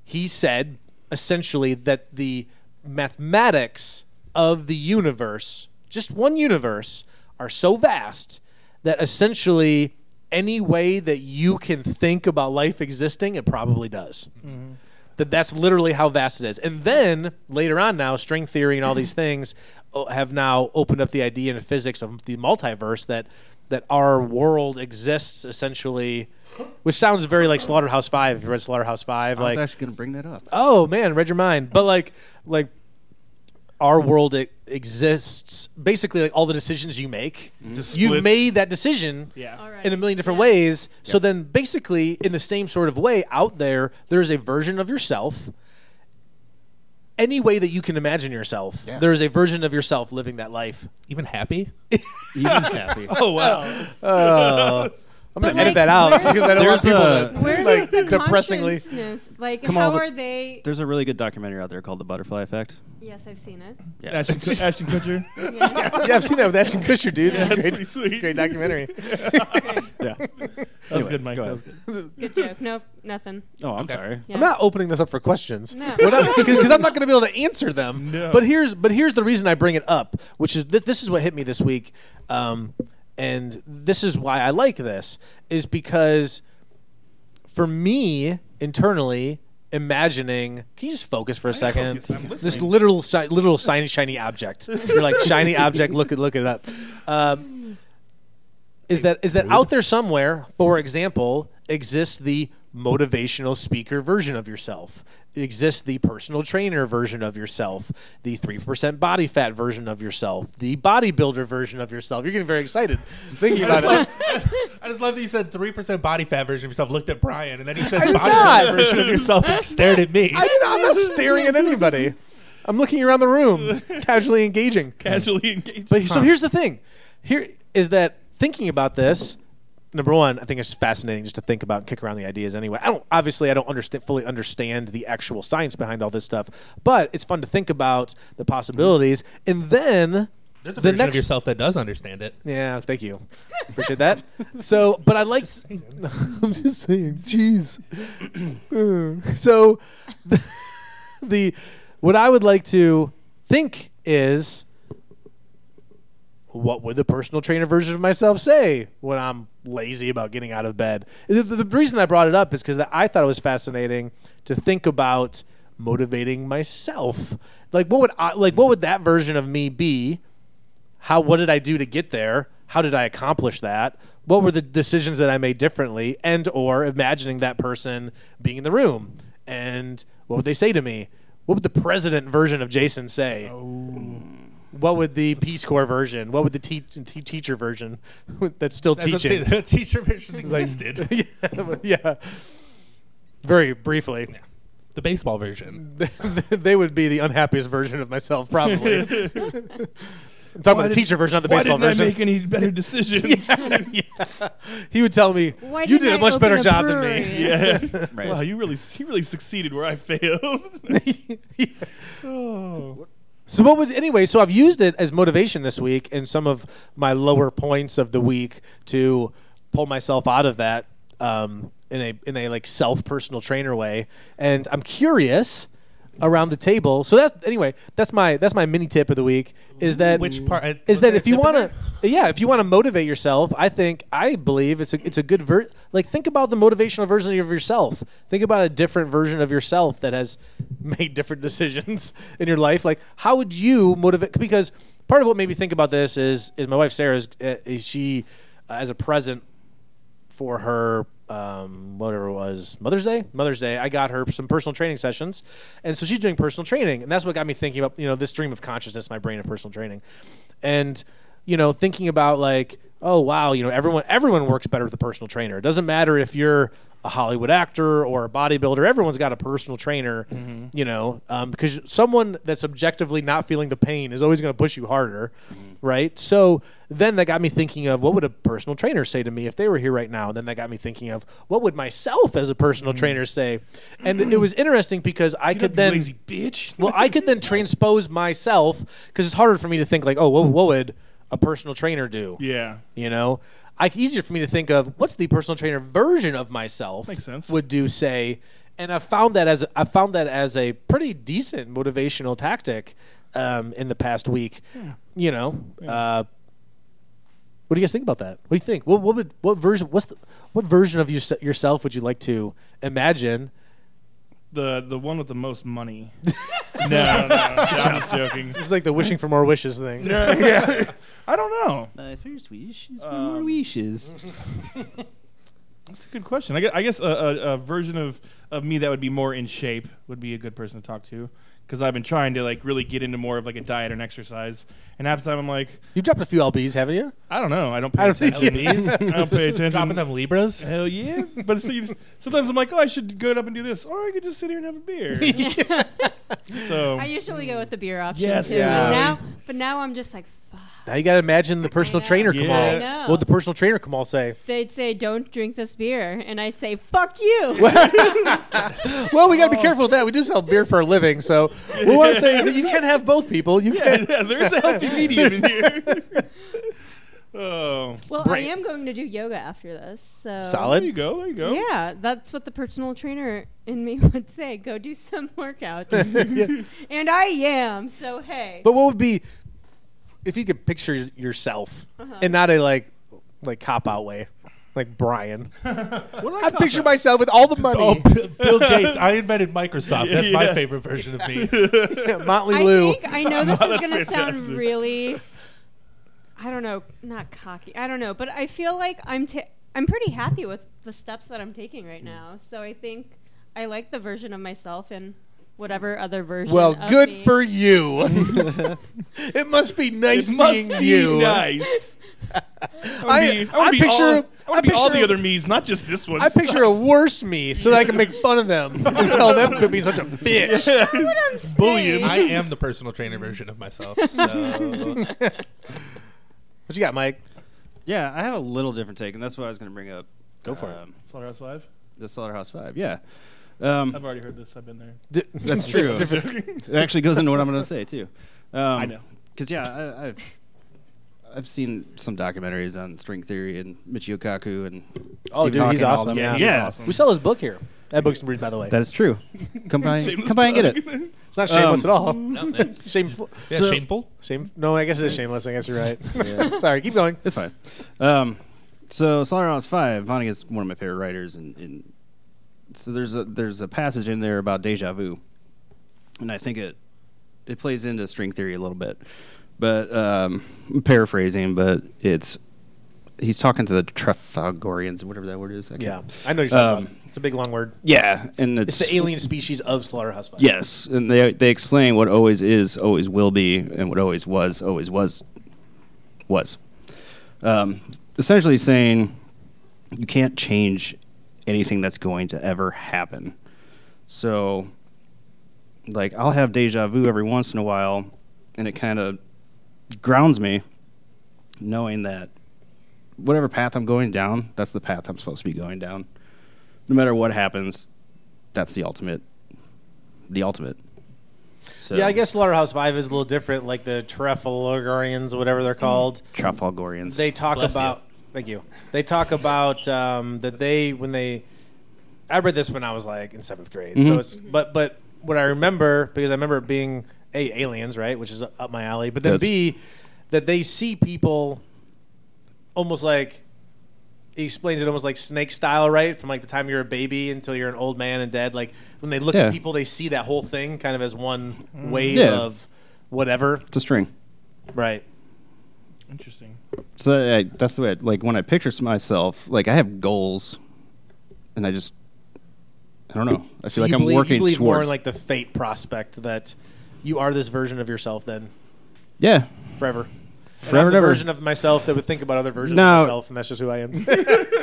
C: he said essentially that the mathematics of the universe, just one universe,
F: are so vast that essentially any way that you can think about life existing, it probably does.
E: Mm-hmm.
F: That that's literally how vast it is. And then later on, now string theory and all these things o- have now opened up the idea in physics of the multiverse that that our world exists essentially, which sounds very like Slaughterhouse Five. If you read Slaughterhouse Five,
E: I was
F: like
E: actually going to bring that up.
F: oh man, read your mind. But like, like our world e exists basically like all the decisions you make.
B: Mm-hmm. Just
F: You've
B: splits.
F: made that decision
B: Yeah.
D: All right.
F: in a million different
D: Yeah.
F: ways. So then, basically, in the same sort of way, out there, there's a version of yourself. Any way that you can imagine yourself,
E: Yeah.
F: there is a version of yourself living that life.
A: Even happy?
E: Even happy.
B: Oh wow.
F: Oh, I'm
D: But,
F: gonna edit
D: like,
F: that out
D: where-
F: because I don't want
E: There's
F: people
E: a-
F: to
D: Where's
F: like,
D: like, the
F: depressingly.
D: consciousness? Like,
E: Come on,
D: how
E: the-
D: are they?
E: There's a really good documentary out there called The Butterfly Effect.
D: Yes, I've seen it.
B: Ashton, Ashton Kutcher.
D: Yes.
F: Yeah, I've seen that with Ashton Kutcher, dude.
B: That's
F: it's
B: pretty
F: a
B: sweet.
F: great, great documentary.
E: Yeah. that
B: That was good, Mike. That was good.
D: Good joke. Nope, nothing.
E: Oh, I'm
A: Okay.
E: sorry.
D: Yeah.
F: I'm not opening this up for questions.
D: No.
F: Because I'm not going to be able to answer them.
B: No.
F: But here's but here's the reason I bring it up, which is th- this is what hit me this week, um, and this is why I like this is because for me internally imagining. Can you just focus for a second?
B: focus. I'm
F: This
B: listening.
F: literal si- literal shiny shiny object. You're like shiny object. Look it look it up. Um, is that is that out there somewhere? For example, exists the motivational speaker version of yourself. Exists the personal trainer version of yourself, the three percent body fat version of yourself, the bodybuilder version of yourself. You're getting very excited thinking about it.
A: I just love that you said 3% body fat version of yourself, looked at Brian, and then you said body fat version of yourself and stared at me.
F: I am not staring at anybody. I'm looking around the room, casually engaging.
B: Casually engaged.
F: But so here's the thing. Here is that thinking about this. Number one, I think it's fascinating just to think about and kick around the ideas. Anyway, I don't obviously I don't understand fully understand the actual science behind all this stuff, but it's fun to think about the possibilities. And then
A: There's a
F: the
A: version
F: next
A: of yourself that does understand it.
F: yeah, thank you. Appreciate that. So, but I like. I'm just saying, jeez. Uh, so, the, the what I would like to think is, what would the personal trainer version of myself say when I'm lazy about getting out of bed? The, the- the reason I brought it up is because I thought it was fascinating to think about motivating myself. Like, what would I, like what would that version of me be? how what did I do to get there? How did I accomplish that? What were the decisions that I made differently and or imagining that person being in the room? And what would they say to me? What would the president version of Jason say? What would the Peace Corps version? What would the te- te- teacher version that's still
A: I was gonna
F: teaching?
A: say, the teacher version existed.
F: yeah, yeah. Very briefly.
A: the baseball version.
F: they would be the unhappiest version of myself, probably. I'm talking about the
B: did-
F: teacher version, not the
B: Why
F: baseball
B: didn't
F: version.
B: I make any better decisions?
F: he would tell me,
D: Why
F: "You
D: didn't
F: did a
D: I
F: much
D: open
F: better
D: a
F: job than
D: brewery?"
F: me."
B: Yeah.
E: Right.
B: Wow, you really you really succeeded where I failed. Oh,
F: So what would anyway? So I've used it as motivation this week in some of my lower points of the week to pull myself out of that um, in a in a like self personal trainer way. And I'm curious around the table. So that's anyway. That's my that's my mini tip of the week. Is that
A: Which part?
F: is
A: was
F: that
A: there
F: if you
A: a tip in
F: want
A: there?
F: to yeah if you want to motivate yourself i think i believe it's a it's a good ver- like think about the motivational version of yourself think about a different version of yourself that has made different decisions in your life like how would you motivate because part of what made me think about this is is my wife sarah's uh, is she uh, as a present for her um, whatever it was Mother's Day. Mother's Day. I got her some personal training sessions, and so she's doing personal training, and that's what got me thinking about you know this stream of consciousness, my brain of personal training, and you know thinking about like oh wow you know everyone everyone works better with a personal trainer. It doesn't matter if you're a Hollywood actor or a bodybuilder. Everyone's got a personal trainer,
B: Mm-hmm.
F: you know, um, because someone that's objectively not feeling the pain is always going to push you harder,
B: Mm-hmm.
F: right? So then that got me thinking of what would a personal trainer say to me if they were here right now? And then that got me thinking of what would myself as a personal trainer say? And it was interesting because I
B: Get up,
F: could
B: Mm-hmm.
F: then
B: you lazy bitch.
F: well, I could then transpose myself because it's harder for me to think like, oh, what, what would a personal trainer do?
B: yeah.
F: You know, I, easier for me to think of what's the personal trainer version of myself
B: Makes sense.
F: would do say, and I found that as I found that as a pretty decent
B: Hmm.
F: motivational tactic um, in the past week. You know, uh,
C: What do you guys think about that? What do you think? What what would, what version? What's the, what version of yourse- yourself would you like to imagine?
B: The the one with the most money. no, no, no, no, I'm just joking.
C: It's like the wishing for more wishes thing.
B: No, yeah. I don't know.
E: My first wish is for
B: Um,
E: more wishes.
B: That's a good question. I guess, I guess a, a, a version of, of me that would be more in shape would be a good person to talk to because I've been trying to like really get into more of like a diet and exercise. And half the time I'm like,
C: You've dropped a few lbs, haven't you?
B: I don't know. I don't pay
C: I don't think
B: attention. I don't pay
A: E Dropping
B: attention.
A: them Libras?
B: Hell yeah! But so you, sometimes I'm like, oh, I should go up and do this, or I could just sit here and have a beer. so
D: I usually go with the beer option
B: Yes,
D: too.
C: Oh. yeah.
D: But now, but now I'm just like, fuck.
C: Now you got to imagine the personal
D: know.
C: trainer
B: Yeah.
C: Kamal.
B: I
D: know.
C: What would the personal trainer Kamal say?
D: They'd say, "Don't drink this beer," and I'd say, "Fuck you."
C: Well, we got
B: Oh.
C: to be careful with that. We do sell beer for a living, so what I want to say is that you can't have both people. You can't.
B: yeah, there is a healthy medium in here. oh,
D: Well,
C: Brain.
D: I am going to do yoga after this. So
B: there
C: Solid.
B: you go. There you go.
D: Yeah, that's what the personal trainer in me would say. Go do some workouts,
C: Yeah.
D: and I am. So hey,
C: But what would be if you could picture yourself
B: Uh-huh.
C: and not a like like cop out way, like Brian? I picture myself with all the money,
A: Oh, B- Bill Gates. I invented Microsoft. That's
B: Yeah.
A: my favorite version of me.
C: Motley
D: I
C: Lou.
D: think I know this is
B: That's
D: going to sound
B: fantastic.
D: really. I don't know, not cocky. I don't know, but I feel like I'm ta- I'm pretty happy with the steps that I'm taking right
C: Mm.
D: now. So I think I like the version of myself and whatever other version.
C: Well,
D: of
C: good
D: me.
C: for you. it must be nice
B: It must
C: being
B: be
C: you.
B: nice.
C: I-
B: I,
C: I
B: want to be, all,
C: picture-
B: I wanna
C: I
B: be all the
C: picture-
B: other me's, not just this one.
C: I picture a worse me so that I can make fun of them and tell them could be such a bitch.
D: What I'm saying.
A: I am the personal trainer version of myself. So
C: What you got, Mike?
E: Yeah, I have a little different take, and that's what I was going to bring up. Um,
C: Go for it.
B: Slaughterhouse Five.
E: The Slaughterhouse Five. Yeah, um,
B: I've already heard this. I've been there.
C: D-
E: that's true.
C: Different-
E: it actually goes into what I'm going to say too. Um, I
B: know.
E: because yeah, I, I've I've seen some documentaries on string theory and Michio Kaku and
C: Oh,
E: Stephen
C: dude, he's
E: Hawking and all
C: awesome,
E: them.
C: yeah.
E: Yeah,
C: He's
B: awesome.
C: We sell his book here at Books and Brews, by the way.
E: that is true. Come by,
B: Shameless
E: come by and get it.
B: plug.
C: it's not shameless
E: um,
C: at all.
A: no, that's
C: Shameful.
A: yeah,
E: So-
A: shameful.
C: Shame. No, I guess it is shameless. I guess you're right.
E: Yeah.
C: Sorry, keep going.
E: It's fine. Um, so Slaughterhouse Five, Vonnegut's one of my favorite writers, and, and so there's a there's a passage in there about deja vu, and I think it it plays into string theory a little bit, but um, I'm paraphrasing, but it's he's talking to the Trafalgarians, whatever that word is. I can't-
C: Yeah, I know what you're talking
E: Um,
C: about. It's a big long word.
E: yeah, and
C: It's
E: it's,
C: the alien species of Slaughterhouse Five.
E: Yes, and they they explain what always is, always will be, and what always was, always was, was. Um, essentially saying you can't change anything that's going to ever happen. So, like, I'll have deja vu every once in a while, and it kind of grounds me, knowing that whatever path I'm going down, that's the path I'm supposed to be going down. No matter what happens, that's the ultimate the ultimate. So,
C: Yeah, I guess Slaughterhouse Five is a little different, like the Trafalgarians, whatever they're called.
E: Trafalgarians.
C: They talk
A: Mm. Bless you.
C: about. Thank you. They talk about um, that they when they. I read this when I was like in seventh grade.
F: Mm-hmm.
C: So it's but but what I remember because I remember it being a aliens right, which is up my alley. But then
E: That's-
C: b that they see people almost like he explains it almost like snake style, right? From like the time you're a baby until you're an old man and dead. Like when they look
E: Yeah. Mm.
C: at people, they see that whole thing kind of as one wave
E: Yeah.
C: of whatever,
E: it's a string.
C: right?
B: Interesting.
E: So that- I, that's the way. I, like when I picture myself, like I have goals, and I just, I don't know. I feel
C: So
E: like
C: you
E: I'm
C: believe, you
E: working
C: believe more
E: towards.
C: in like the fate prospect that you are this version of yourself then
E: yeah,
C: forever. And I'm
E: Forever and
C: the
E: ever.
C: version of myself that would think about other versions
E: No.
C: of myself, and that's just who I am.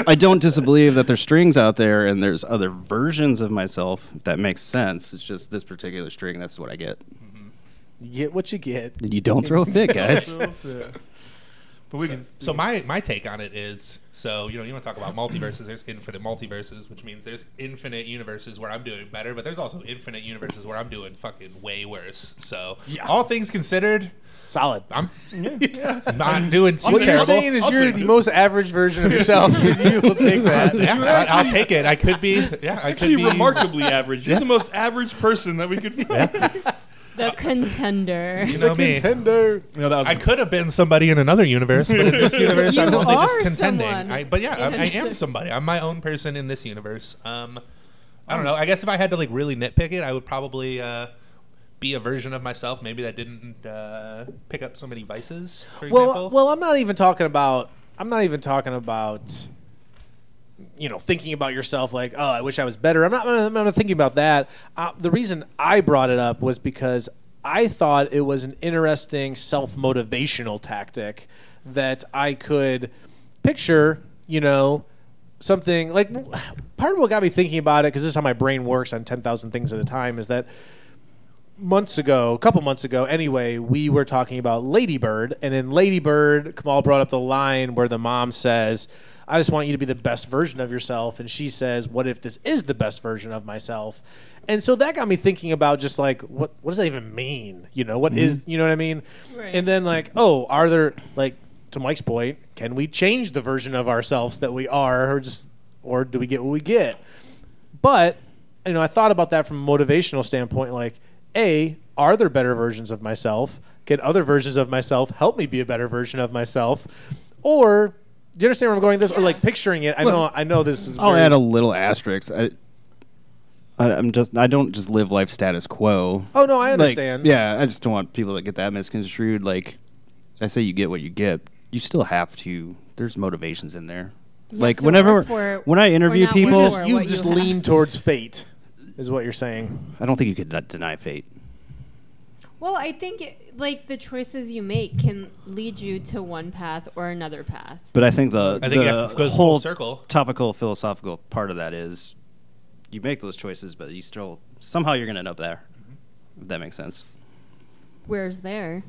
E: I don't disbelieve that there's strings out there and there's other versions of myself. If that makes sense. It's just this particular string. That's what I get.
C: you get what you get.
E: And you don't throw a fit, guys.
B: So, uh, but we can.
A: So my my take on it is so you know you want to talk about multiverses. There's infinite multiverses, which means there's infinite universes where I'm doing better, but there's also infinite universes where I'm doing fucking way worse. So
C: Yeah.
A: all things considered,
C: Solid.
A: I'm not doing too
C: What you're
A: terrible.
C: saying is
B: I'll
C: you're
B: take
C: the
B: it.
C: most average version of yourself. you will take that.
A: yeah, I, I'll take it. I could be. Yeah, I could
B: Actually,
A: be.
B: remarkably average. You're the most average person that we could find.
D: the contender.
A: You know me.
G: contender.
B: No, that was
A: I could have been somebody in another universe, but in this universe, I'm
D: You
A: only just
D: are
A: contending.
D: someone
A: I, but yeah,
D: in
A: I, I am
D: another-
A: somebody. I'm my own person in this universe. Um, I don't know. I guess if I had to like really nitpick it, I would probably uh, be a version of myself, maybe that didn't uh, pick up so many vices. For
C: Well,
A: example,
C: well, I'm not even talking about. I'm not even talking about. You know, thinking about yourself like, oh, I wish I was better. I'm not. I'm not thinking about that. Uh, the reason I brought it up was because I thought it was an interesting self motivational tactic that I could picture. You know, something like part of what got me thinking about it because this is how my brain works on ten thousand things at a time is that months ago, a couple months ago, anyway, we were talking about Ladybird, and in Ladybird, Kamal brought up the line where the mom says, "I just want you to be the best version of yourself," and she says, "What if this is the best version of myself?" And so that got me thinking about just like what what does that even mean? You know, what is you know what I mean?
D: Right.
C: And then like, oh, are there like to Mike's point, can we change the version of ourselves that we are, or just or do we get what we get? But you know, I thought about that from a motivational standpoint. Like, a, are there better versions of myself? Can other versions of myself help me be a better version of myself? Or do you understand where I'm going? with This or like picturing it. I know. I know this is.
E: I'll
C: very-
E: add a little asterisk. I, I, I'm just I don't just live life status quo.
C: Oh no, I
E: Like,
C: understand.
E: yeah, I just don't want people to get that misconstrued. Like I say, you get what you get. You still have to. There's motivations in there. like
D: to
E: whenever
D: work for it
E: when I
D: or
E: interview
D: not work
C: You
E: people,
C: just
D: Or
C: you
D: what
C: just
D: you have.
C: lean towards fate, is what you're saying.
E: I don't think you could de- deny fate.
D: Well, I think it, like the choices you make can lead you to one path or another path.
E: But I think the
A: I think
E: the
A: it goes
E: whole
A: full circle.
E: topical philosophical part of that is you make those choices, but you still somehow you're gonna end up there. If that makes sense.
D: Where's there?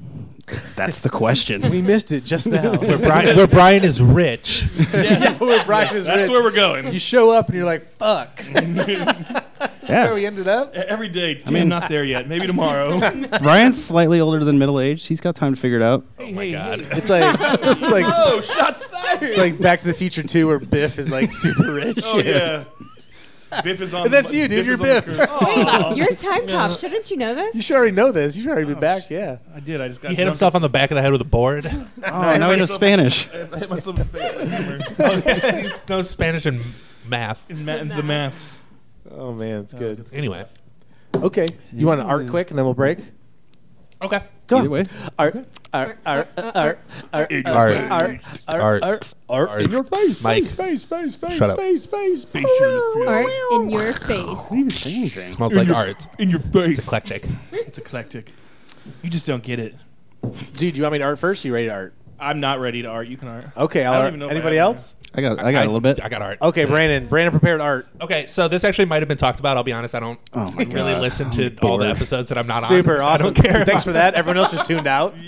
E: That's the question.
C: We missed it just now.
A: where, Brian, where Brian is rich,
C: where Brian is
B: that's
C: rich.
B: where we're going.
C: you show up and you're like, "Fuck." That's where we ended up.
B: E- Every day, damn, not there yet. Maybe tomorrow.
E: Ryan's slightly older than middle aged. He's got time to figure it out.
A: oh my god,
C: It's like it's like
B: oh, shots fired!
C: It's like Back to the Future 2 where Biff is like super rich.
B: oh yeah. Biff is on.
C: And
B: the-
C: that's you, dude. You're
B: is on the Oh.
C: Biff.
B: cruise.
C: Oh.
B: Aw.
D: You're a time cop. Shouldn't you know
C: You
D: this?
C: should already know this. You should already be back, yeah.
B: I did. I just got
A: he hit
B: drunk.
A: himself on the back of the head with a board.
E: Oh, now he knows Spanish.
B: I hit myself in the face. with a hammer.
A: He knows Oh, Spanish and math.
B: In ma- in the maths.
C: Oh man, it's good.
A: Anyway,
C: Okay. You want to art quick and then we'll break?
A: okay.
C: Go.
E: Either way.
C: Art art art art art art
B: In
A: your
C: art art art
A: Art.
C: art art in your face.
A: Mike.
C: Space, space, space,
A: Shut up.
C: space, space, space.
D: Art in your face.
E: Didn't even say anything.
A: Smells like art.
B: In your face.
A: It's eclectic.
B: It's eclectic. You just don't get it.
C: Dude, you want me to art first? You ready to art?
B: I'm not ready to art. You can art.
C: Okay, I'll
B: don't
C: art.
B: even know if I
C: Anybody
B: have one.
C: else?
E: I got I got a little bit.
A: I got art.
C: Okay, Brandon. Brandon prepared art.
A: Okay, so this actually might have been talked about. I'll be honest, I don't
E: Oh my
A: really
E: God.
A: listen
E: I'm
A: to all the
E: bored.
A: episodes that I'm not on.
C: Oh, Super awesome.
A: I don't care.
C: Thanks for that. Everyone else just tuned out.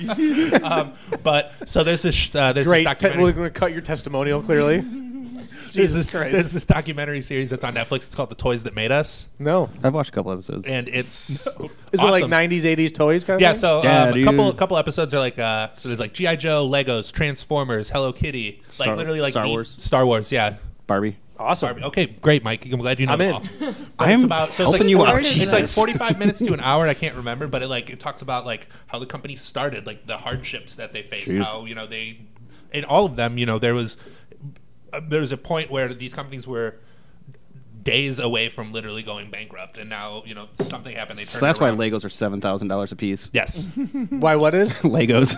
A: Um, but so there's this sh- uh, there's
C: Great.
A: this
C: Te- we're
A: documentary.
C: going to cut your testimonial clearly.
A: there's
C: Jesus
A: this,
C: Christ.
A: there's this documentary series that's on Netflix. It's called The Toys That Made Us,
C: no.
E: I've watched a couple episodes.
A: and it's
C: Is
A: awesome.
C: it like 90s, 80s toys kind of
A: Yeah,
C: thing?
A: so
E: Yeah,
A: um, a
E: dude.
A: couple a couple episodes are like uh, so there's like GI Joe, Legos, Transformers, Hello Kitty,
E: Star-
A: like literally like
E: Star
A: the-
E: Wars.
A: Star Wars, yeah.
E: Barbie.
C: Awesome.
A: Barbie. Okay, great, Mike. I'm glad you know.
C: I'm
A: them
C: in.
A: all.
E: I
A: it's
E: am
A: about- so it's
E: helping
A: like
E: you
D: four
E: out.
D: minutes.
A: It's
E: Jesus.
A: like 45 minutes to an hour. and I can't remember, but it like it talks about like how the company started, like the hardships that they faced,
E: Jeez.
A: how you know they, in all of them, you know there was uh, there was a point where these companies were days away from literally going bankrupt, and now you know something happened. They turned
E: So that's
A: it
E: why
A: around.
E: Legos are seven thousand dollars a piece.
A: Yes,
C: Why, what is?
E: Legos.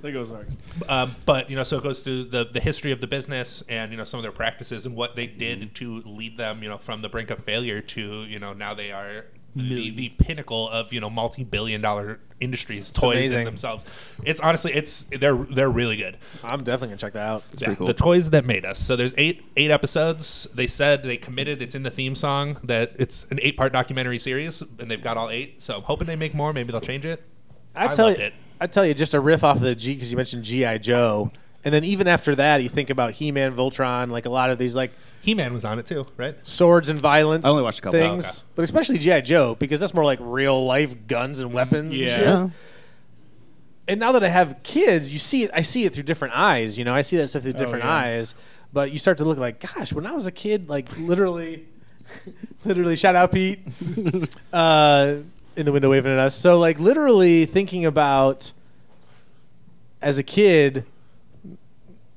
B: There goes art.
A: um, but you know, so it goes through the the history of the business and you know some of their practices and what they did to lead them, you know, from the brink of failure to you know now they are the, the pinnacle of you know multi billion dollar industries, toys
C: amazing.
A: in themselves. It's honestly, it's they're they're really good.
C: I'm definitely going to check that out.
A: Yeah,
E: pretty cool.
A: The toys that made us. So there's eight eight episodes. They said they committed. It's in the theme song that it's an eight part documentary series, and they've got all eight. So I'm hoping they make more. Maybe they'll change it.
C: I
A: I
C: tell
A: loved
C: you,
A: it.
C: I tell you, just a riff off of the G because you mentioned GI Joe, and then even after that, you think about He-Man, Voltron, like a lot of these like
A: He Man was on it too, right?
C: swords and violence.
E: I only watched a couple.
C: things,
A: Oh, okay.
C: but especially GI Joe because that's more like real life guns and weapons.
B: Yeah.
C: And, shit. and now that I have kids, you see it. I see it through different eyes. You know, I see that stuff
E: Oh,
C: through different
B: yeah.
C: eyes. But you start to look like, gosh, when I was a kid, like literally, literally, shout out Pete. uh, in the window waving at us. So like literally thinking about as a kid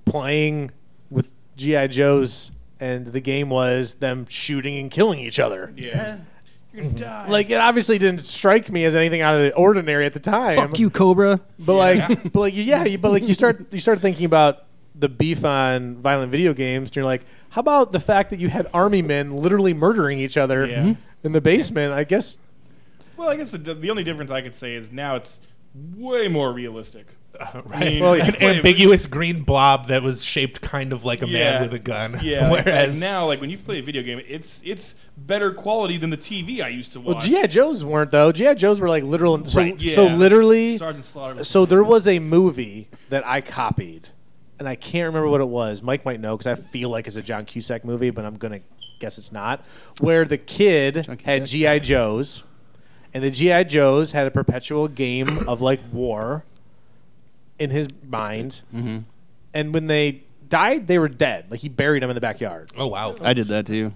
C: playing with GI Joes and the game was them shooting and killing each other.
B: Yeah. Mm-hmm. You're gonna die.
C: Like it obviously didn't strike me as anything out of the ordinary at the time.
E: Fuck you, Cobra.
C: But like, but like, yeah, you, but like, you start you start thinking about the beef on violent video games, and you're like, how about the fact that you had army men literally murdering each other
B: Yeah. Mhm.
C: in the basement? I guess
B: well, I guess the, the only difference I could say is now it's way more realistic.
A: right.
B: mean,
A: Well,
B: yeah.
A: An ambiguous green blob that was shaped kind of like a
B: Yeah.
A: man with a gun.
B: Yeah. like- like
A: Whereas
B: now, like when you play a video game, it's it's better quality than the TV I used to watch.
C: well, GI Joes weren't though. GI Joes were like literal. So,
A: Right,
B: yeah.
C: so literally,
B: Sergeant Slaughter.
C: so there was a movie that I copied, and I can't remember what it was. Mike might know because I feel like it's a John Cusack movie, but I'm gonna guess it's not. Where the kid had GI Joes, and the GI Joes had a perpetual game of like war in his mind,
B: Mm-hmm.
C: and when they died, they were dead. Like he buried them in the backyard.
A: Oh wow.
E: I did that too.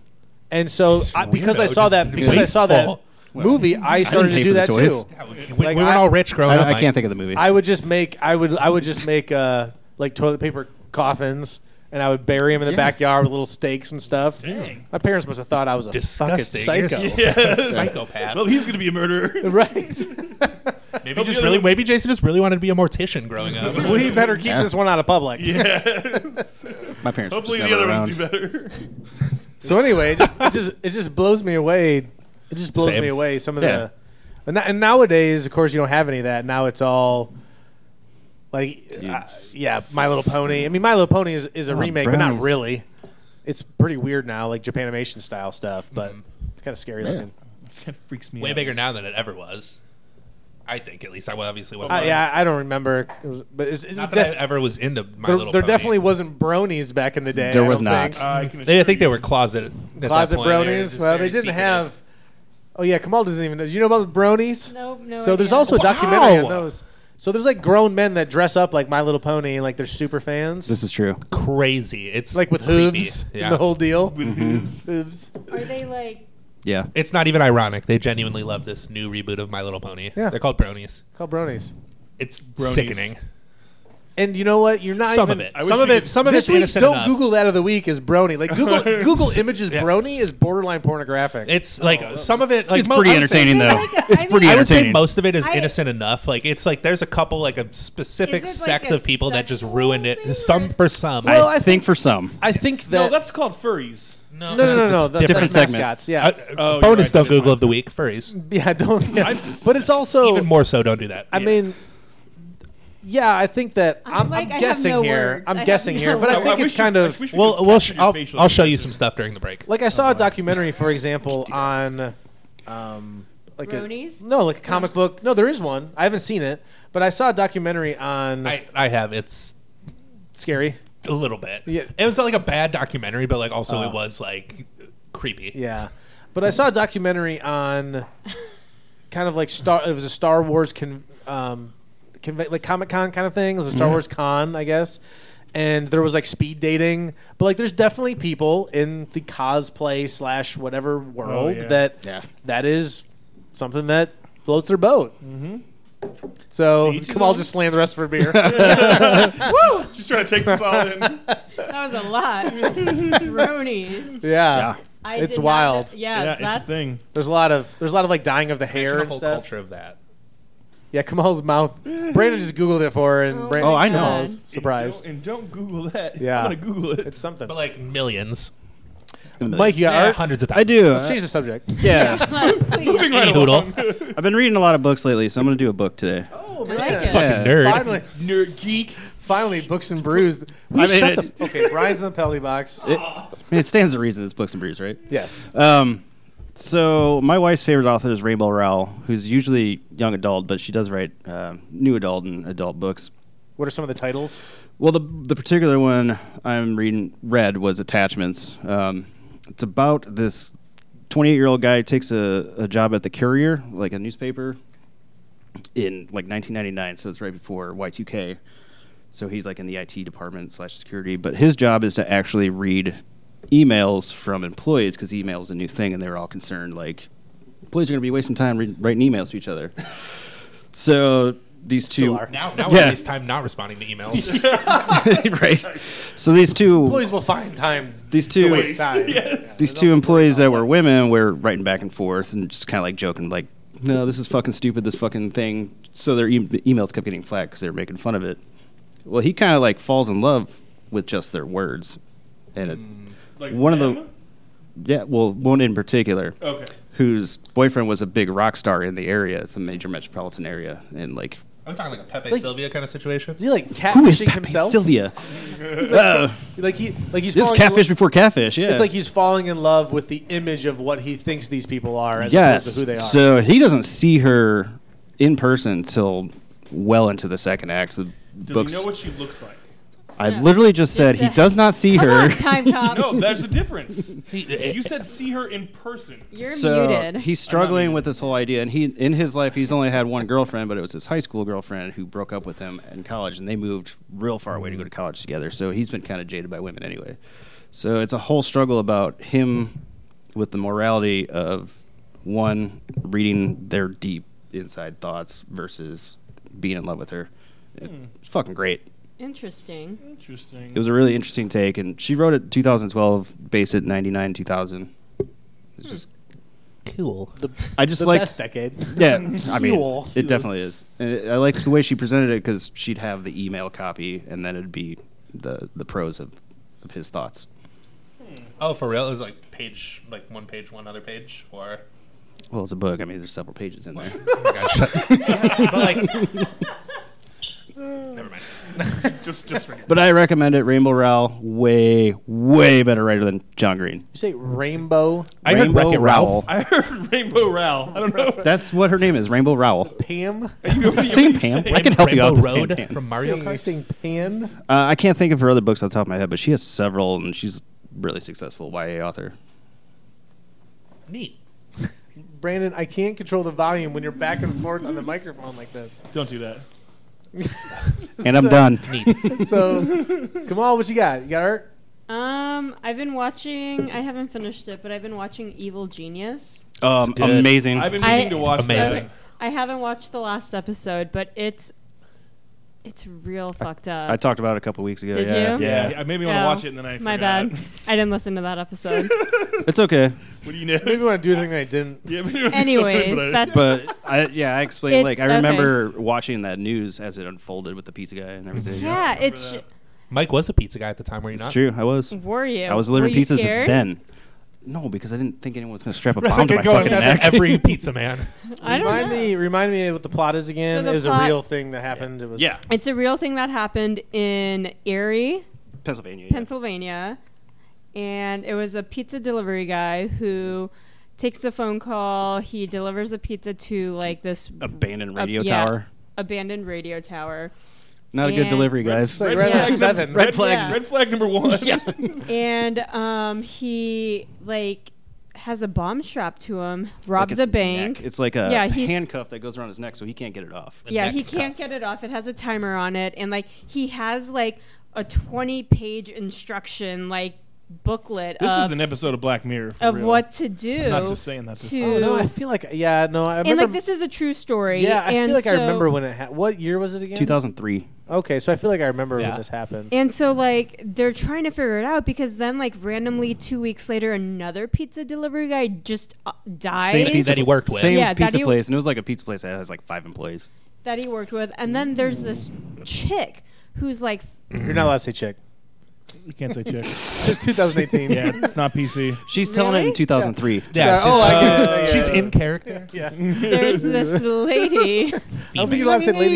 C: And so, I, because I
A: Weirdo,
C: saw that,
A: just
C: because I saw that
A: wasteful.
C: movie, I started to
E: pay
C: do
E: for the
C: that
E: toys.
C: too.
A: Yeah, we, we,
C: Like,
A: we
C: I-
A: weren't all rich growing up.
E: I, I
A: Mike.
E: can't think of the movie.
C: I would just make I would I would just make uh, like toilet paper coffins and I would bury them in the
E: Yeah.
C: backyard with little stakes and stuff.
B: Dang.
C: My parents must have thought I was a
A: Disgusting.
C: fucking
A: You're
C: psycho.
A: s- psychopath.
B: Well, he's gonna be a murderer.
C: Right.
A: Maybe, he just really, maybe Jason just really wanted to be a mortician growing up.
C: we better keep this one out of public.
E: My parents.
B: Hopefully,
E: were
B: the
E: just
B: other
E: never
B: ones
E: around.
B: do better.
C: So anyway, it just, it just it just blows me away. It just blows
A: Same.
C: me away. Some of
E: Yeah.
C: the and, na- and nowadays, of course, you don't have any of that. Now it's all like, uh, yeah, My Little Pony. I mean, My Little Pony is,
E: Oh,
C: is a remake, but not
E: brownies.
C: really. It's pretty weird now, like Japanimation style stuff, but
E: Mm-hmm.
C: it's kind of scary looking.
B: This kind of freaks me
A: Way
B: out.
A: bigger now than it ever was. I think, at least. I obviously wasn't.
C: Uh, yeah, I don't remember. It was, but it's, it
A: Not
C: def-
A: that I ever was into My
C: there,
A: Little
C: there
A: Pony.
C: definitely wasn't bronies back in the day.
E: There
C: I
E: was
C: don't
E: not.
C: think.
B: Uh, I can
A: They, I think they were closet. at that
C: Closet
A: point. They were
C: bronies.
A: just
C: Well,
A: very
C: they didn't
A: secretive.
C: have. Oh yeah, Kamal doesn't even know. Do you know about the bronies?
D: No, no.
C: So there's
D: idea.
C: also a documentary on
A: Wow.
C: those. So there's like grown men that dress up like My Little Pony and like they're super fans.
E: This is true.
A: crazy. It's
C: like with
A: creepy.
C: hooves
A: Yeah.
C: and the whole deal. hooves.
D: Are they like?
E: Yeah.
A: it's not even ironic. They genuinely love this new reboot of My Little Pony.
C: Yeah.
A: They're called bronies.
C: Called bronies.
A: It's sickening.
C: And you know what? You're not
A: Some of
C: even,
A: it.
B: wish
A: Some of
B: we
A: it.
B: could-
A: Some of
C: This
A: it's
C: week's
A: innocent
C: don't
A: enough.
C: Google that of the week is brony. Like Google Google images
A: Yeah.
C: brony is borderline pornographic.
A: It's like some of it. Like
E: it's
A: mo-
E: pretty
A: I would say-
E: entertaining
D: I
E: though.
D: like it.
E: it's
D: I
E: pretty
D: mean-
A: I would say
E: entertaining.
A: most of it is
D: I-
A: innocent enough. Like it's like there's a couple like a specific
D: Is it like
A: sect
D: a
A: of people that just
D: sexual
A: ruined
D: thing, or-
A: it. Some for some.
C: Well, I
E: I think for some.
C: I think
B: No,
C: that
B: that's called furries.
A: no,
C: no no no, no,
E: it's
C: that's-
E: different
C: that's
E: segment.
C: mascots. Yeah,
A: Uh,
B: Oh, you're
A: bonus
B: right,
A: don't
B: that's
A: Google of the week furries.
C: yeah. Don't. But it's also
A: Even more so, don't do that.
C: I
B: Yeah.
C: mean, yeah, I think that I'm,
D: I'm like, I
C: I'm
D: have
C: guessing
D: no
C: here.
D: words. I
C: I'm
D: have
C: guessing
D: no
C: here, but I,
D: words.
C: think
B: wish
C: it's
B: we-
C: kind
B: I
C: of
B: wish we
A: we'll
B: could
A: we'll
B: capture
A: sh-
B: your
A: I'll,
B: facial
A: I'll show you
B: expressions.
A: some stuff during the break.
C: like I saw a documentary, for example, on um, like
D: Bronies?
C: a no, like a comic book. No, there is one. I haven't seen it, but I saw a documentary on
A: I, I have it's
C: scary.
A: a little bit.
C: Yeah. Uh.
A: It was not like a bad documentary, but like also it was like creepy.
C: Yeah, but I saw a documentary on kind of like Star. It was a Star Wars con, um, conve- like Comic Con kind of thing. It was a Star Wars con, I guess. And there was like speed dating, but like there's definitely people in the cosplay slash whatever world
B: yeah.
C: that
E: Yeah.
C: that is something that floats their boat. Mm-hmm. So
B: each his
C: Kamal
B: own.
C: just slammed the rest of her beer.
B: She's trying to take this all in.
D: That was a lot. Bronies.
C: yeah.
D: I
C: It's
D: did not
C: wild.
D: know- yeah,
B: yeah,
D: that's
B: it's a thing.
C: There's a lot of there's a lot of like dying of the
A: Imagine
C: hair
A: a
C: and
A: whole
C: stuff.
A: culture of that.
C: Yeah, Kamal's mouth. Brandon just googled it for her, and
D: Oh
C: Brandon
E: my Oh, I
D: know.
C: Kamal's surprised.
B: And don't, and don't Google that.
C: Yeah.
B: I want to Google it.
C: It's something.
A: But like millions,
C: Mike, you got
A: Yeah,
C: art?
A: hundreds of
E: I
A: thousands.
E: do. Uh,
C: Let's change the subject.
E: yeah.
D: Let's please.
A: Any hoodle.
E: I've been reading a lot of books lately, so I'm gonna do a book today.
C: Oh,
D: I like it.
A: Fucking
E: Yeah.
A: nerd.
C: Finally,
B: Nerd geek.
C: finally, books and brews. We
E: I mean,
C: shut
E: it-
C: the. Okay, Brian's in the penalty box.
E: It, I mean, it stands to reason it's books and brews, right?
C: yes.
E: Um, so my wife's favorite author is Rainbow Rowell, who's usually young adult, but she does write uh, new adult and adult books.
C: What are some of the titles?
E: Well, the the particular one I'm reading read was Attachments. Um, it's about this 28 year old guy who takes a, a job at the Courier, like a newspaper, in like 1999. So it's right before Y2K. So he's like in the IT department slash security, but his job is to actually read emails from employees because email is a new thing, and they were all concerned like employees are going to be wasting time re- writing emails to each other. so these two,
C: Still are.
A: Now, now yeah.
E: Yeah.
A: it's time not responding to emails.
E: right? So these two,
C: Employees will find time.
E: these
C: To
E: two,
C: waste time.
E: these two employees that were women were writing back and forth and just kind of like joking, like, "No, this is fucking stupid. This fucking thing." So their e- the emails kept getting flagged because they were making fun of it. Well, he kind of like falls in love with just their words, and it,
B: Like
E: one of the
B: them?
E: yeah, well, one in particular.
B: Okay.
E: whose boyfriend was a big rock star in the area. It's a major metropolitan area, and like
A: I'm talking like a Pepe
C: like-
A: Sylvia kind of situation.
C: Is he like
E: who is
C: catfishing
E: Pepe
C: himself?
E: Sylvia? Uh,
C: Like he, like he's
E: this
C: falling in
E: catfish
C: lo-
E: before catfish. Yeah,
C: It's like he's falling in love with the image of what he thinks these people are, as
E: yes.
C: opposed to who they are.
E: So he doesn't see her in person till well into the second act. The
B: Does
E: books.
B: he know what she looks like?
E: I
D: Yeah.
E: literally just said
D: Just
E: he
D: that-
E: does not see
D: Come
E: her.
D: on, time cop.
B: No, there's a difference.
A: He-
E: eh,
B: you said see her in person.
D: You're
E: so
D: muted.
E: he's struggling with this whole idea, and he in his life he's only had one girlfriend, but it was his high school girlfriend who broke up with him in college, and they moved real far away to go to college together. So he's been kind of jaded by women anyway. So it's a whole struggle about him with the morality of one reading their deep inside thoughts versus being in love with her.
C: Hmm.
E: It's fucking great.
D: Interesting.
B: Interesting.
E: It was a really interesting take, and she wrote it 2012, based it 99 2000. It's just
A: cool.
C: the,
E: I just
C: Hmm. the
E: like
C: best decade.
E: Yeah, I mean,
C: Fuel.
E: it definitely is. And it, I liked the way she presented it because she'd have the email copy, and then it'd be the the prose of, of his thoughts.
A: Oh, for real? It was like page, like one page, one other page, or
E: Well, it's a book. I mean, there's several pages in there.
A: oh my gosh. but like, never mind.
B: just just forget.
E: but I recommend it. Rainbow Rowell, way way better writer than John Green.
C: You say rainbow
A: I heard
E: Rainbow
A: Wreck-It Ralph.
B: I heard Rainbow Rowell. I don't know.
E: That's what her name is, Rainbow Rowell.
C: Pam?
E: Same Pam. I can help you out.
A: Rainbow
E: with Same
A: Road
E: Pam.
A: from
C: Are
A: Mario
C: you
A: Kart.
C: saying Pan?
E: Uh, I can't think of her other books off the top of my head, but she has several, and she's really successful YA author.
A: Neat.
C: Brandon, I can't control the volume when you're back and forth on the microphone like this.
B: Don't do that.
E: And I'm
C: So-
E: done. Um,
C: So, come on, what you got? You got art?
D: Um, I've been watching. I haven't finished it, but I've been watching Evil Genius.
E: Um,
A: good.
E: amazing.
B: I've been
D: I-
B: meaning to watch
A: Amazing.
D: I haven't watched the last episode, but it's it's real fucked up.
E: I talked about it a couple weeks ago.
D: Did
E: yeah.
D: you?
B: that.
A: Yeah.
B: Yeah, I made me want to
D: Oh,
B: watch it and then I
D: My
B: forgot.
D: bad. I didn't listen to that episode.
E: It's okay.
B: what do you know?
C: Maybe when I do anything that I didn't.
B: Yeah, but it was
D: Anyways,
B: something, but I-
D: that's
E: But I, yeah, I explained.
D: It-
E: like I
D: okay.
E: remember watching that news as it unfolded with the pizza guy and everything.
D: yeah. It's
B: that.
A: Mike was a pizza guy at the time, were you
E: it's
A: not?
E: true. I was.
D: were you?
E: I was
D: Were
E: delivering
D: you
E: pizzas
D: scared?
E: then. No, because I didn't think anyone was going to strap a
A: I
E: bomb to my
A: could go
E: fucking
A: down
E: neck.
A: to every pizza man.
D: I don't
C: remind
D: know.
C: me, remind me what the plot is
D: So
C: again.
D: the
C: it was a
D: plot-
C: real thing that happened. It was
E: yeah,
D: It's a real thing that happened in Erie,
E: Pennsylvania. yeah.
D: Pennsylvania, and it was a pizza delivery guy who takes a phone call. He delivers a pizza to like this
E: Abandoned
D: Ab-
E: radio
D: yeah,
E: tower.
D: abandoned radio tower,
E: Not a good
D: And-
E: delivery, guys.
C: It's like right
D: Yeah.
C: at
D: flag.
C: seven.
B: Red flag.
D: flag.
B: Red flag number one. Yeah.
D: and um, he like has a bomb strapped to him,
E: Like
D: robs
E: it's
D: a bank.
E: neck. It's like a
D: Yeah, he's-
E: handcuff that goes around his neck, so he can't get it off.
D: yeah,
A: neck
D: he can't
A: cuff.
D: get it off. It has a timer on it, and like he has like a twenty-page instruction like booklet
B: This
D: of,
B: is an episode of Black Mirror. For
D: of
B: real.
D: what to do.
B: not just saying that this
D: to
B: time.
C: Oh, no, I feel like yeah, no, I remember.
D: and like this is a true story.
C: yeah, I
D: and
C: feel like
D: so,
C: I remember when it. Ha- what year was it again?
E: 2003.
C: Okay, so I feel like I remember
A: Yeah.
C: when this happened.
D: And so like they're trying to figure it out because then like randomly two weeks later another pizza delivery guy just uh, dies
A: pizza that he worked with.
E: Same
D: Yeah, that
E: pizza
D: he-
E: place, and it was like a pizza place that has like five employees.
D: that he worked with, and then there's this chick who's like
C: You're not allowed to say chick.
B: You can't say chick.
C: It's 2018.
B: yeah, it's not PC.
E: She's telling it in
D: Really?
E: 2003.
A: Yeah, uh,
C: oh, I get it, I get
A: she's
C: it.
A: in character.
D: there's this lady.
C: I don't think you're allowed to say lady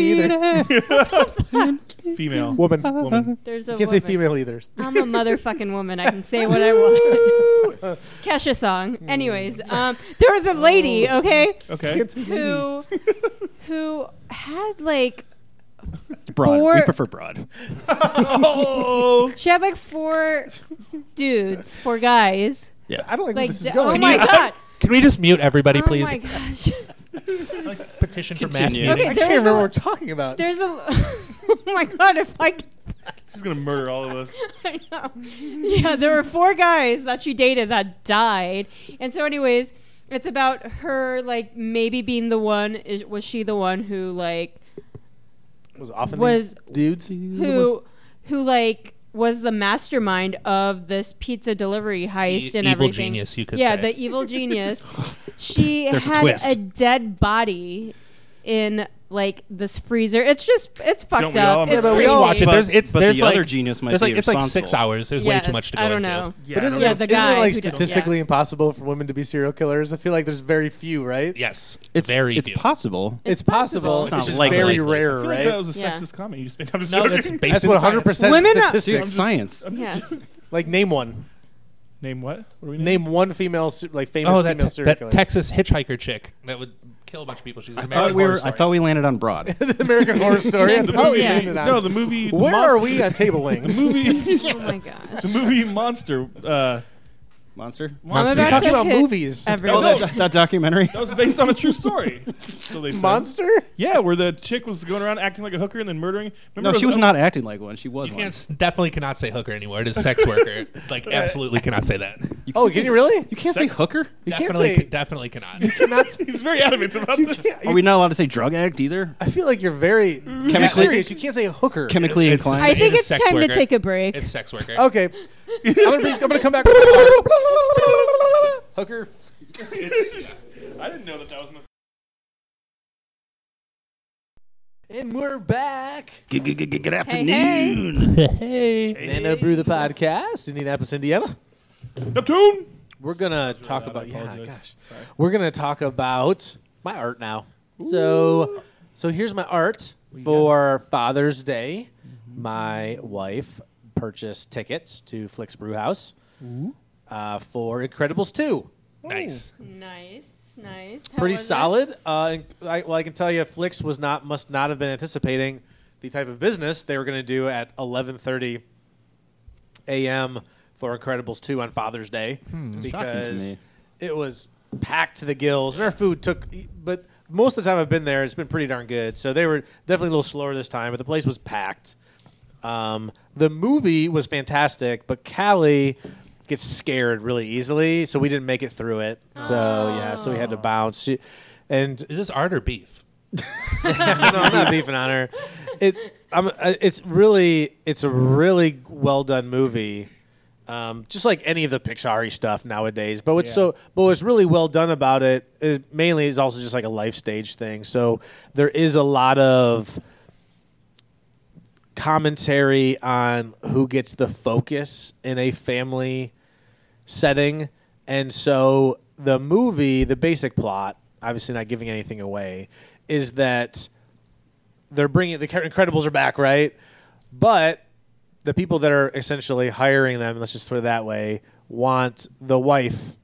C: either.
B: Female.
C: Woman.
B: Woman.
D: There's a
C: Can't say
D: woman.
C: female either.
D: I'm a motherfucking woman. I can say what I want. Kesha song.
C: Hmm.
D: Anyways, um, there was a lady,
C: Oh,
D: okay,
B: Okay.
C: Can't say lady.
D: who who had like
E: Broad. We
D: Four-
E: prefer broad.
B: oh.
D: she had like four dudes, four guys.
C: I don't think
D: Like,
C: this is
D: d-
C: going.
D: oh my god,
A: Can we just mute everybody,
D: oh
A: please?
D: my gosh.
A: Like, petition for mass
E: Continue.
A: meeting.
D: Okay.
C: I
D: There's
C: can't remember
D: a-
C: what we're talking about.
D: There's a. Oh my god! If I could
B: She's gonna murder all of us.
D: I know. Yeah, there were four guys that she dated that died. And so, anyways, It's about her like maybe being the one. Is, was she the one who like
C: Was often
D: Was-
C: these dudes
D: who who like was the mastermind of this pizza delivery heist
A: The
D: and
A: evil
D: everything?
A: genius, you could
D: yeah,
A: say.
D: the evil genius. She
E: There's a
D: had
E: twist.
D: a dead body in like this freezer. It's just it's fucked
B: we all?
D: up.
B: Yeah,
D: It's
C: but we
D: crazy.
C: all
A: watch it.
E: But-
A: There's, it's,
E: but
A: there's
E: the
A: like,
E: other genius might
A: there's
E: be
A: like, It's like six
E: responsible.
A: hours. There's way
D: Yes,
A: too much to go
D: I don't
A: into.
D: know.
B: Yeah,
C: But isn't,
D: Yeah,
C: it,
D: the
C: isn't it
D: guy
C: like
D: who don't-
C: statistically
D: yeah.
C: impossible for women to be serial killers? I feel like there's very few, right?
A: Yes,
E: It's
A: very
E: It's
A: few.
E: possible.
C: It's,
D: It's
C: possible.
D: possible.
C: It's,
E: It's not
C: just
E: likely.
C: very
A: Likely.
C: rare,
B: I feel
C: right?
B: like that was a
D: Yeah.
B: sexist comment you just made. I'm just
A: No,
B: joking.
A: that's
C: That's
A: based
C: what
A: in science.
C: 100 percent
D: Women are-
E: Dude,
C: statistics.
E: it's science.
B: I'm just-
D: Yes.
C: Like name one.
B: Name what? What do we
C: Name one female, se- like famous
A: Oh, that,
C: female
A: te-
C: serial
A: that
C: killer.
A: Texas hitchhiker chick that would kill a bunch of people. She's an
E: I
A: American
E: thought we
A: Horror
E: were. I
A: Story.
E: thought we landed on broad.
C: the American Horror Story.
D: Yeah.
C: That's how we
D: Yeah.
C: landed on.
B: No, the movie. the
C: Where
B: monster,
C: are we on table wings?
B: The movie.
D: Oh my gosh.
B: the movie Monster. Uh,
E: Monster.
A: Monster.
D: I'm
C: We're
D: about
C: talking
D: to
C: about
D: hit
C: movies.
E: Oh,
D: Everyone.
E: that, that, documentary.
B: that was based on a true story. So they said.
C: Monster?
B: Yeah, where the chick was going around acting like a hooker and then murdering. Remember
E: No,
B: those-
E: she was not acting like one. She was
A: You
E: one.
A: can't, s- definitely cannot say hooker anymore. It is sex worker. like absolutely cannot say that.
E: You
C: Oh,
E: can't
C: can
E: say-
C: you really?
E: You can't say
B: Sex-
E: hooker.
C: You can't
A: definitely,
C: say.
A: definitely cannot.
C: Cannot say
B: He's very adamant about
C: you
B: this.
C: can't,
E: Are we not allowed to say drug addict either?
C: I feel like you're very
E: Chemically-
C: serious. You can't say hooker.
E: Chemically
A: It's-
E: inclined.
D: I
A: It
D: think
A: is
D: it's
A: sex
D: time
A: worker.
D: to take a break.
A: it's sex worker.
C: okay. I'm gonna, be, I'm gonna come back. Hooker.
E: hooker.
B: I didn't know that that was. An-
C: And we're back.
E: Good, good, good, good, good
D: hey,
E: afternoon.
D: hey.
C: Nano Brew the podcast, Indianapolis, Indiana.
B: Neptune.
C: We're gonna talk about yeah,
B: apologize.
C: gosh. We're gonna talk about my art now. So, so here's my art for Father's Day. My wife purchased tickets to Flicks Brewhouse
E: Mm-hmm.
C: uh, for Incredibles Two.
A: Nice.
D: Nice, nice. How
C: Pretty
D: was it?
C: solid. Uh, and I, well, I can tell you, Flicks was not must not have been anticipating the type of business they were going to do at 11:30 a.m. for Incredibles 2 on Father's Day
E: Hmm, Shocking to
C: because
E: me.
C: it was packed to the gills, and our food took. But most of the time I've been there, it's been pretty darn good. So they were definitely a little slower this time, but the place was packed. Um, the movie was fantastic, but Callie gets scared really easily, so we didn't make it through it. So yeah, so we had to bounce. She- and
A: Is this art or beef?
C: no, I'm not beefing on her. It, I'm, uh, it's really, it's a really well done movie. Um, just like any of the Pixar stuff nowadays, but what's so, but what's really well done about it is mainly is also just like a life stage thing. So there is a lot of commentary on who gets the focus in a family setting. And so the movie, the basic plot, obviously not giving anything away, is that they're bringing the Incredibles are back, right? But the people that are essentially hiring them, let's just put it that way, want the wife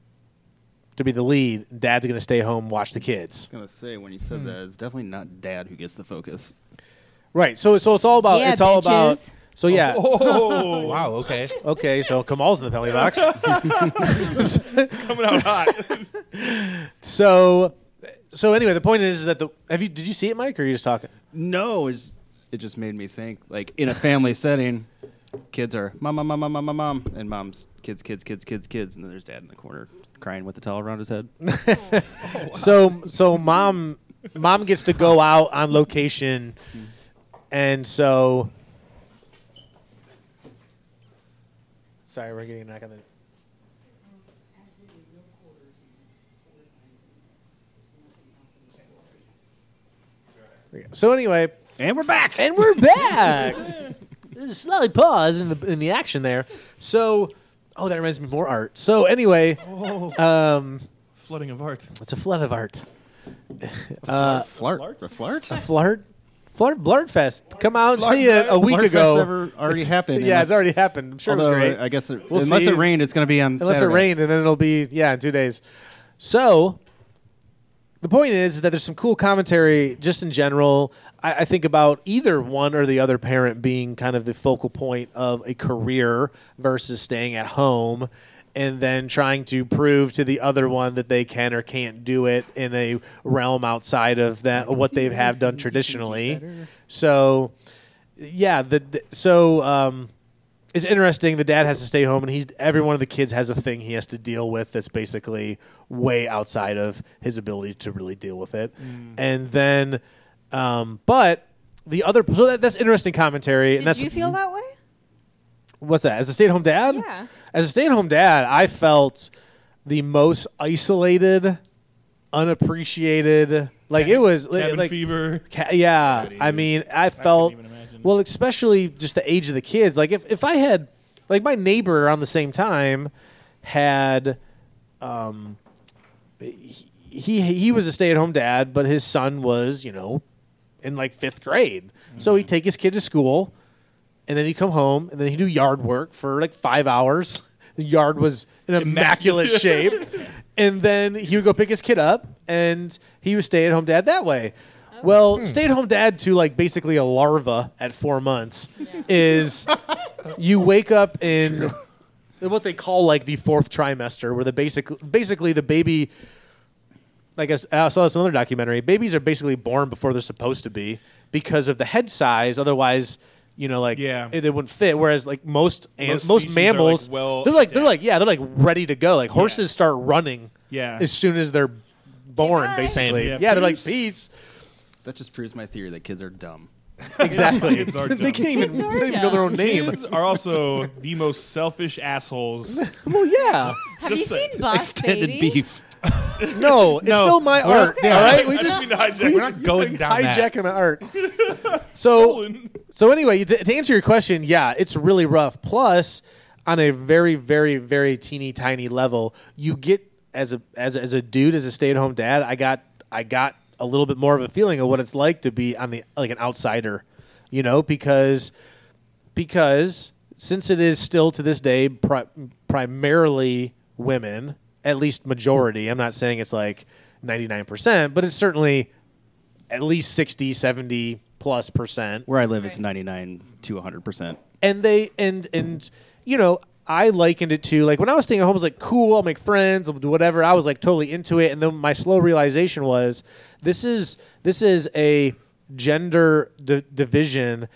C: to be the lead. Dad's going to stay home, watch the kids.
E: I was gonna say when you said
A: Hmm.
E: that, it's definitely not dad who gets the focus.
C: Right. So so it's all about
D: Yeah,
C: it's all about
D: bitches.
C: so yeah.
A: Oh, wow. Okay.
C: Okay, so Kamal's in the penalty box.
B: Coming out hot.
C: So so anyway, the point is, is that the have you did you see it, Mike, or are you just talking?
E: No, is it just made me think like in a family setting, kids are mom, mom, mom, mom, mom, mom, mom, and mom's kids, kids, kids, kids, kids, and then there's dad in the corner crying with the towel around his head.
C: So so mom mom gets to go out on location and so Sorry, we're getting a knock on the There you go. So anyway,
E: And we're back.
C: and we're back. There's a slight pause in the in the action there. So, oh, that reminds me more art. So anyway, um,
B: Flooding of art.
C: it's a flood of art.
E: flart.
B: Flart?
E: A flart.
C: A flart, flart, blart fest. Come out and
E: Flart
C: see it a
E: Fest-
C: week
E: Flart Fest
C: ago.
E: ever- already happened,
C: Yeah,
E: unless-
C: it's already happened. I'm sure
E: Although
C: it was great.
E: I guess it,
C: We'll
E: unless
C: see.
E: it rained, it's gonna be on
C: Unless
E: Saturday.
C: it rained, and then it'll be yeah in two days. So the point is that there's some cool commentary just in general. I, I think about either one or the other parent being kind of the focal point of a career versus staying at home. And then trying to prove to the other one that they can or can't do it in a realm outside of that what they have done traditionally. So, yeah, the, the so um, it's interesting. The dad has to stay home, and he's every one of the kids has a thing he has to deal with that's basically way outside of his ability to really deal with it. And then, um, but the other so that, that's interesting commentary. and
D: Did
C: that's
D: you feel that way?
C: what's that as a stay-at-home dad
D: Yeah.
C: as a stay-at-home dad i felt the most isolated unappreciated like it was li-
B: Cabin
C: like
B: fever.
C: ca- yeah i mean i felt
B: even imagine.
C: well especially just the age of the kids like if, if i had like my neighbor around the same time had um he he was a stay-at-home dad but his son was you know in like fifth grade so
B: Mm-hmm.
C: he'd take his kid to school and then he'd come home and then he'd do yard work for like five hours. The yard was in immaculate shape. And then he would go pick his kid up and he was stay at home dad that way. Well, stay at home dad to like basically a larva at four months is you wake up in what they call like the fourth trimester, where the basic basically the baby like I s- I saw this in another documentary. Babies are basically born before they're supposed to be because of the head size. Otherwise, you know, like
B: Yeah.
C: eh, they wouldn't fit. Whereas like most an-
B: Most
C: most,
B: species are, like,
C: mammals,
B: well
C: they're like they're
B: adapted.
C: like yeah, they're like ready to go. Like horses start running
B: Yeah.
C: as soon as they're born.
D: Bye.
C: Basically,
B: Same.
C: yeah,
B: Yeah,
C: they're like peace.
E: That just proves my theory that kids are dumb.
C: Exactly,
B: Kids are
C: they
B: dumb.
C: can't even,
D: Kids
C: they
D: are
C: don't even know their own name.
B: Kids are also the most selfish assholes.
C: well, yeah,
D: Have
B: Just
D: you
B: like-
D: seen Boss
E: Extended
D: Baby?
E: beef.
C: no, it's still my
A: we're not
C: art.
A: there.
C: All right,
A: I
C: we
B: I
C: just
B: just mean to hijack.
A: We're not going down that.
C: hijacking my art. So. So anyway, to, to answer your question, yeah, it's really rough. Plus, on a very, very, very teeny tiny level, you get as a as a, as a dude, as a stay at home dad, I got I got a little bit more of a feeling of what it's like to be on the like an outsider, you know, because because since it is still to this day pri- primarily women, at least majority. I'm not saying it's like 99%, but it's certainly at least 60, 70 plus percent
E: Where I live is
D: Right.
E: 99 to 100%.
C: and they and and you know i likened it to like when i was staying at home I was like cool i'll make friends i'll do whatever i was like totally into it and then my slow realization was this is this is a gender di- division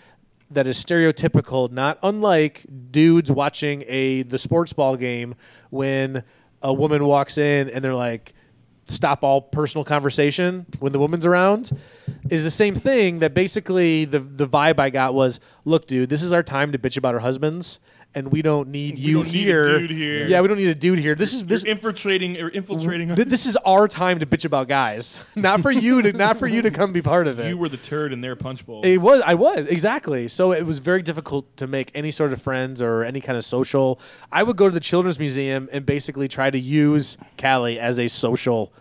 C: that is stereotypical not unlike dudes watching a the sports ball game when a woman walks in and they're like stop all personal conversation when the woman's around is the same thing that basically the the vibe I got was look dude this is our time to bitch about our husbands and we don't need
B: We
C: you
B: don't need a
C: here.
B: dude here.
C: yeah we don't need a dude here this is this
B: This infiltrating or infiltrating.
C: th- this is our time to bitch about guys not for you to not for you to come be part of it
B: you were the turd in their punch bowl.
C: it was I was exactly. So it was very difficult to make any sort of friends or any kind of social. I would go to the children's museum and basically try to use Callie as a social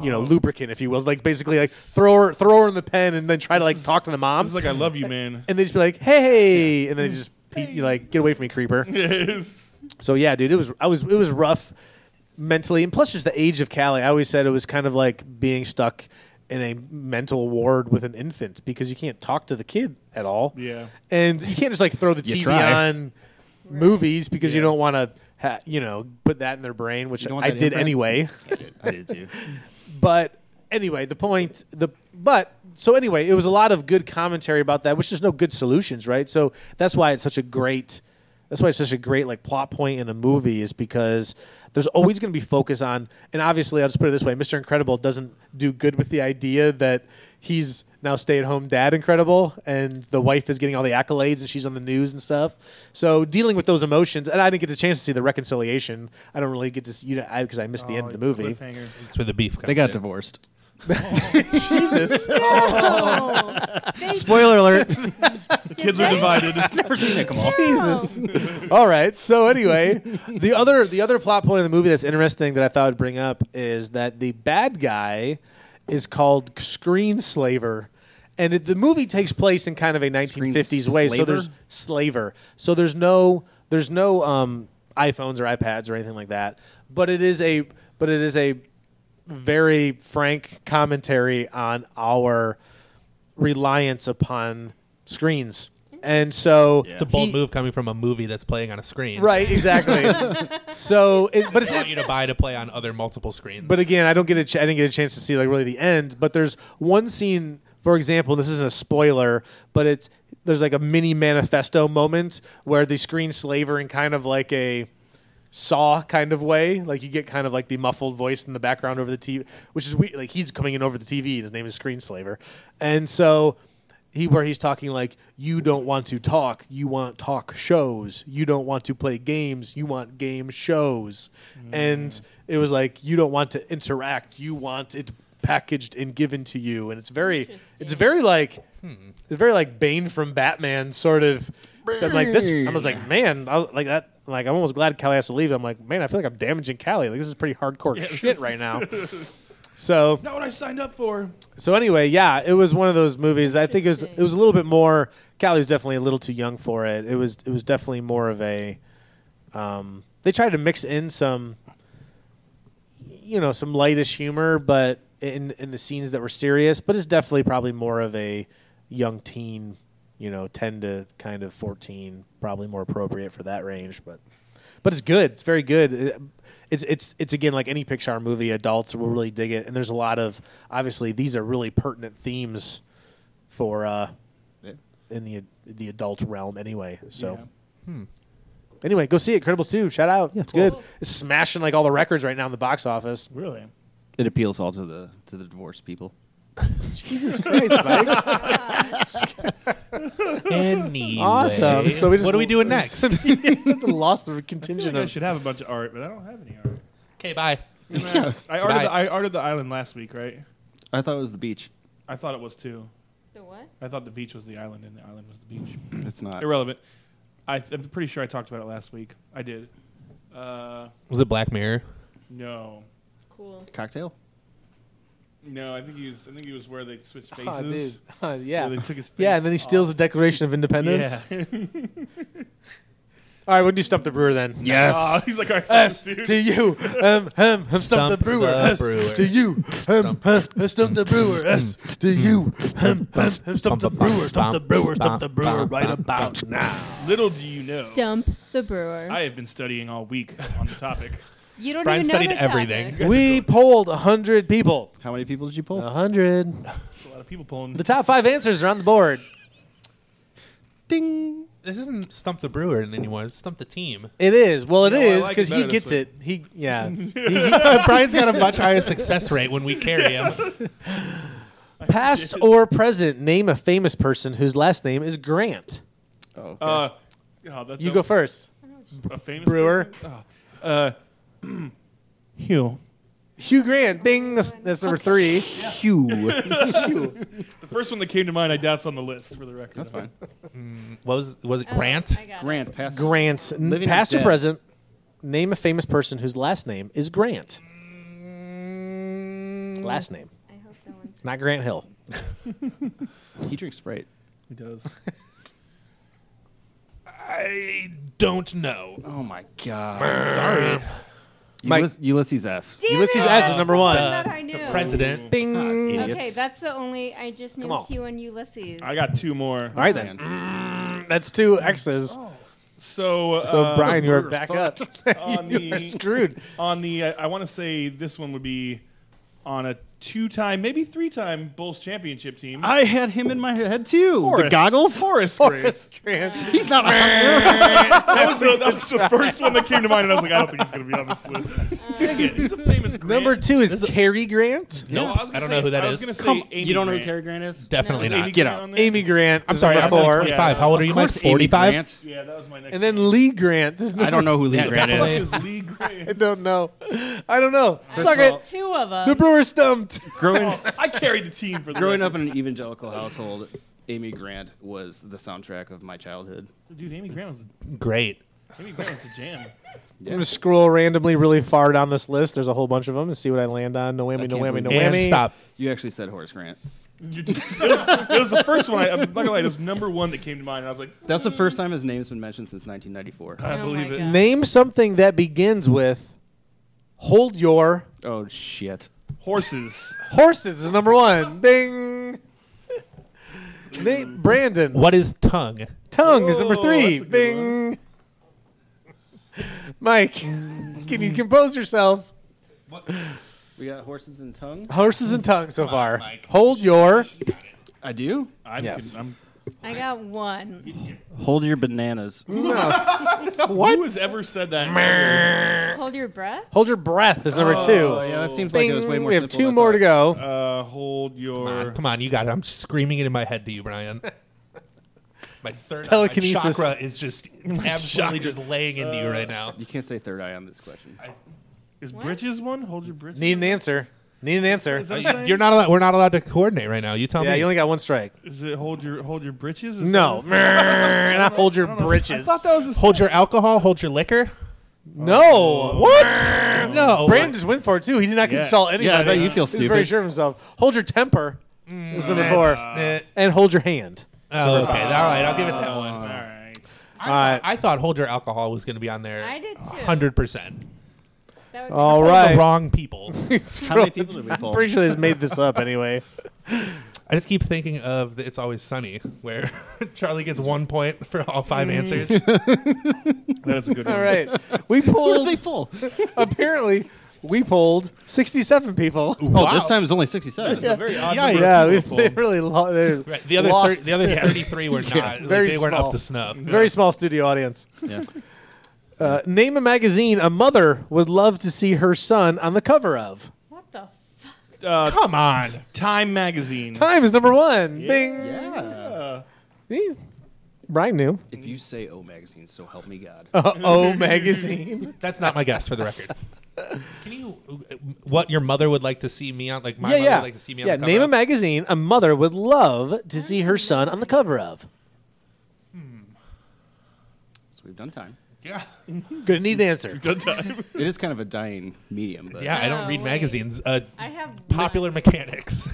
C: you know, lubricant, if you will, like basically like throw her, throw her in the pen, and then try to like talk to the
B: It's
C: moms,
B: like I love you, man.
C: and they just be like, "Hey," and then just pe- you like get away from me, creeper.
B: Yes.
C: So yeah, dude, it was I was it was rough mentally, and plus just the age of Callie. I always said it was kind of like being stuck in a mental ward with an infant because you can't talk to the kid at all,
B: Yeah.
C: and you can't just like throw the
E: You
C: TV
E: try.
C: on movies because you
B: Yeah.
C: don't want to. Ha- you know, put that in their brain, which
E: You don't want
C: I
E: that
C: did
E: imprint?
C: anyway.
E: I did too.
C: But anyway, the point the but so anyway, it was a lot of good commentary about that, which is no good solutions, right? So that's why it's such a great that's why it's such a great like plot point in a movie is because there's always going to be focus on and obviously I'll just put it this way, Mr. Incredible doesn't do good with the idea that he's now stay-at-home dad incredible and the wife is getting all the accolades and she's on the news and stuff so dealing with those emotions and i didn't get the chance to see the reconciliation i don't really get to see you know because i missed the end of
E: Oh,
C: the movie
B: Cliffhanger.
A: That's where the beef comes
E: They got
A: in.
E: divorced.
C: jesus
D: Oh,
E: Spoiler alert.
B: Kids are divided.
E: Never seen it come on.
C: Jesus. All right. So anyway, the other the other plot point in the movie that's interesting that I thought I'd bring up is that the bad guy is called Screen Slaver. And it, the movie takes place in kind of a 1950s way, so
E: Slaver?
C: there's slaver. So there's no there's no um, iPhones or iPads or anything like that. But it is a but it is a very frank commentary on our reliance upon screens. And so
A: It's a bold
C: he-
A: move coming from a movie that's playing on a screen.
C: Right, exactly. so, it, but it's
A: They want you to buy to play on other multiple screens.
C: but again, I don't get a ch- I didn't get a chance to see like really the end. But there's one scene, for example, this isn't a spoiler, but it's there's like a mini manifesto moment where the screen slaver in kind of like a saw kind of way like you get kind of like the muffled voice in the background over the tv which is weird like he's coming in over the tv his name is screen slaver and so he where he's talking like you don't want to talk you want talk shows you don't want to play games you want game shows and it was like you don't want to interact you want it packaged and given to you and it's very it's very like it's very like bane from batman sort of I'm like this i was like man i was like that like i'm almost glad callie has to leave i'm like man i feel like i'm damaging callie like this is pretty hardcore shit right now so
B: Not what I signed up for.
C: so anyway, yeah, it was one of those movies. I think it was it was a little bit more. Callie was definitely a little too young for it. It was it was definitely more of a. Um, they tried to mix in some, you know, some lightish humor, but in in the scenes that were serious. But it's definitely probably more of a young teen, you know, ten to kind of fourteen, probably more appropriate for that range. But but it's good. It's very good. It- It's it's it's again like any Pixar movie. Adults will really dig it, and there's a lot of obviously these are really pertinent themes for uh, in the the adult realm anyway. So. Anyway, go see it. Incredibles 2. Shout out. it's good. It's smashing like all the records right now in the box office.
B: Really?
E: It appeals all to the to the divorced people.
C: Jesus Christ, Mike.
A: Anyway,
C: Awesome. So we just-
A: what are we doing next?
C: Lost the
B: I, feel
C: contingent
B: like I
C: of
B: should have a bunch of art, but I don't have any art.
A: okay, bye.
B: I arted,
A: Bye.
B: the, I arted the island last week, right?
E: I thought it was the beach.
B: I thought it was too.
D: The what?
B: I thought the beach was the island and the island was the beach.
E: It's not.
B: Irrelevant. I th- I'm pretty sure I talked about it last week. I did. Uh,
A: Was it Black Mirror?
B: no,
D: Cool.
E: Cocktail.
B: no. I think he was. I think he was where they switched faces.
C: Oh, dude. Oh,
B: Where
C: yeah.
B: they took his face
C: Yeah, and then he steals
B: off.
C: the Declaration of Independence.
B: Yeah.
C: All right, we'll do Stump the Brewer then.
E: Yes.
B: Aw, Oh, he's like our first dude.
C: To you, um, um, um, stump the
A: Stump
C: brewer.
A: the
C: Us,
A: brewer.
C: To you, um, um, stump the brewer. Us, to you, um, um, stump the brewer. Stump the brewer. Stump the brewer. Right about now.
B: Little do you know.
D: Stump the brewer.
B: I have been studying all week on the topic.
D: you don't
A: Brian
D: even
A: studied
D: know the
A: everything.
D: topic. Oh,
C: We polled hundred people.
E: How many people did you pull?
C: hundred.
B: It's a lot of people pulling.
C: The top five answers are on the board.
E: Ding.
A: This isn't Stump the Brewer anymore. It's Stump the Team.
C: It is. Well, it
B: You know, I
C: is
B: like it
C: because
B: better
C: he
B: this
C: gets
B: way.
C: it. He yeah.
A: Brian's got a much higher success rate when we carry him.
C: Past or present, name a famous person whose last name is Grant.
E: Oh, okay.
B: Uh, oh, that,
C: You
B: that
C: go
B: was
C: first.
B: A famous
C: Brewer.
B: person? Oh. Uh, Hugh.
C: Hugh Grant. Bing. That's, that's number three.
E: Hugh.
C: Hugh.
B: The first one that came to mind, I doubt's on the list for the record.
E: That's fine.
A: What was was it
D: Oh,
A: Grant?
D: I got it.
E: Grant. Pass.
C: Grant. N-
E: Living is
C: Past or
E: dead.
C: present, name a famous person whose last name is Grant. Last name,
D: I hope no one's.
C: not Mm. Grant Hill.
E: He drinks Sprite.
B: He does.
A: I don't know.
E: Oh my god.
A: Sorry,
C: Mike.
E: Ulyss- Ulysses S.
D: Damn
C: Ulysses
D: it!
C: S is number one.
D: I thought I knew.
A: President.
C: Bing.
E: God, idiots.
D: Okay, that's the only. I just knew
C: Come on.
D: Hugh and Ulysses.
B: I got two more.
C: All right then. That's two X's.
B: So,
C: So
B: uh,
C: Brian, you're back up.
B: on
C: you are
B: the-
C: screwed.
B: on the uh, I, I want to say this one would be on a two-time, maybe three-time Bulls championship team.
E: I had him in my head too.
B: Horace-
E: The goggles.
B: Horace Grace.
C: Chris Grant.
E: He's not. A-
B: That was, the, that was the first one that came to mind, and I was like, I don't think he's going to be on this list. Dang it, he's a famous Grant.
C: Number two is Cary Grant.
B: No,
A: Nope,
B: I, was gonna
A: I don't
B: say-
A: know who that
B: I
A: is.
B: was going to say
E: Come.
B: Amy
E: you don't know who
B: Grant.
E: Carrie Grant is?
A: Definitely
B: Is Amy
A: not.
E: Get
B: Grant
E: out.
B: on there?
C: Amy Grant.
A: I'm
C: is
A: sorry, I'm
C: number
A: like
C: four.
A: 25. How old are you,
E: Of
A: Mike?
E: course, Amy
A: 45?
E: Grant.
B: Yeah, that was my next.
C: And then Lee Grant is
E: I don't know who Lee
A: Yeah,
E: Grant
B: Fuck
A: definitely.
E: is.
B: is Lee
C: I
B: Grant.
C: don't know. I don't know. Suck
E: of all-
C: it.
D: Two of them.
C: The Brewer stumped.
E: Growing
B: I carried the team for the
E: growing up
B: record.
E: in an evangelical household, Amy Grant was the soundtrack of my childhood.
B: Dude, Amy Grant was
A: Great.
B: Amy Grant was a jam.
C: I'm gonna scroll randomly really far down this list. There's a whole bunch of them and see what I land on. No whammy, no
E: can't
C: whammy, no
E: believe-
A: And
C: whammy.
A: stop.
E: You actually said Horace Grant.
B: You did- it, was, it was the first one. I, I'm not gonna lie. It was number one that came to mind. And I was like,
E: That's the first time his name's been mentioned since 1994.
B: I
D: Oh
B: believe
D: my
B: it.
D: God.
C: Name something that begins with "Hold your
E: Oh shit!
B: Horses.
C: horses" is number one. Bing. Name Brandon.
A: What is tongue?
C: Tongue is number
E: Oh,
B: Whoa,
C: three.
B: that's a good
C: Bing. Mike, can you compose yourself?
E: We got horses and tongue.
C: Horses and tongue so far.
A: Mike.
C: Hold your.
E: I do.
B: I'm,
C: Yes.
B: con- I'm
D: I got one.
E: Hold your bananas.
B: Who has ever said that?
D: Hold your breath.
C: Hold your breath is number two.
E: Oh, yeah, that seems like it was way
C: Bing.
E: more
C: we have
E: simple
C: two
E: than
C: more to
E: that.
C: go.
B: uh, hold your.
A: Ah, come on, you got it. I'm screaming it in my head to you, Brian. My third eye-
C: Telekinesis.
A: my chakra is just absolutely just laying into you right now.
E: You can't say third eye on this question.
B: Is
D: What?
B: britches one? Hold your britches.
C: Need an answer. Need an answer.
B: Is, that
A: Uh,
B: the
A: You're
B: thing?
A: not allowed. We're not allowed to coordinate right now. You tell
C: Yeah,
A: me.
C: you only got one strike.
B: Is it hold your hold your britches? Is
C: No. and I hold your
B: that- I
C: britches.
B: thought that was a
A: hold your alcohol. Hold your liquor.
C: no.
A: What? no.
C: Oh. Brandon just went for it too. He did not
B: Yeah.
C: consult anybody.
E: Yeah, I bet you feel
C: He was very
E: stupid.
C: sure of himself. Hold your temper was number four,
A: That's it.
C: and hold your hand.
A: Oh, okay. All right. I'll give it that one.
B: All right.
A: I,
C: right.
A: I thought hold your alcohol was going to be on there.
D: I did too.
A: Hundred percent.
D: That would be-
C: All
A: The
C: right.
A: wrong people.
E: How many people did we
C: I'm
E: pull?
C: pretty sure they just made this up anyway.
A: I just keep thinking of the "It's Always Sunny," where Charlie gets one point for all
C: Mm.
A: five answers.
B: That is a good one.
C: All right, we
E: What did
C: pulled.
E: they pull?
C: apparently, we pulled 67 people.
E: Oh, this time it's only 67.
B: It's a very odd
A: Yeah,
B: number
C: Yeah,
B: of
C: we,
B: people
C: they
B: to pull.
C: really lo- they
A: Right. The other thir-
C: lost.
A: the other thirty three were not. like,
C: very
A: they weren't up
C: small.
A: to snuff.
C: Very small studio audience.
E: Yeah.
C: Uh, name a magazine a mother would love to see her son on the cover of.
D: What the? F-
B: Uh,
A: Come on.
B: Time magazine.
C: Time is number one. Bing.
E: Yeah.
C: See? Brian knew.
E: If you say O magazine, so help me God.
C: Uh oh, magazine.
A: That's not my guess for the record. Can you uh, what your mother would like to see me on? Like my
C: yeah,
A: mother
C: yeah.
A: would like to see me on.
C: yeah,
A: the cover
C: name a
A: of?
C: magazine a mother would love to see her son on the cover of.
E: So we've done time.
A: Yeah,
C: Gonna need an answer.
B: Good time.
E: It is kind of a dying medium, but
A: yeah. I
D: Oh,
A: don't read
D: wait.
A: magazines. Uh,
D: I have
A: popular
D: One.
A: mechanics.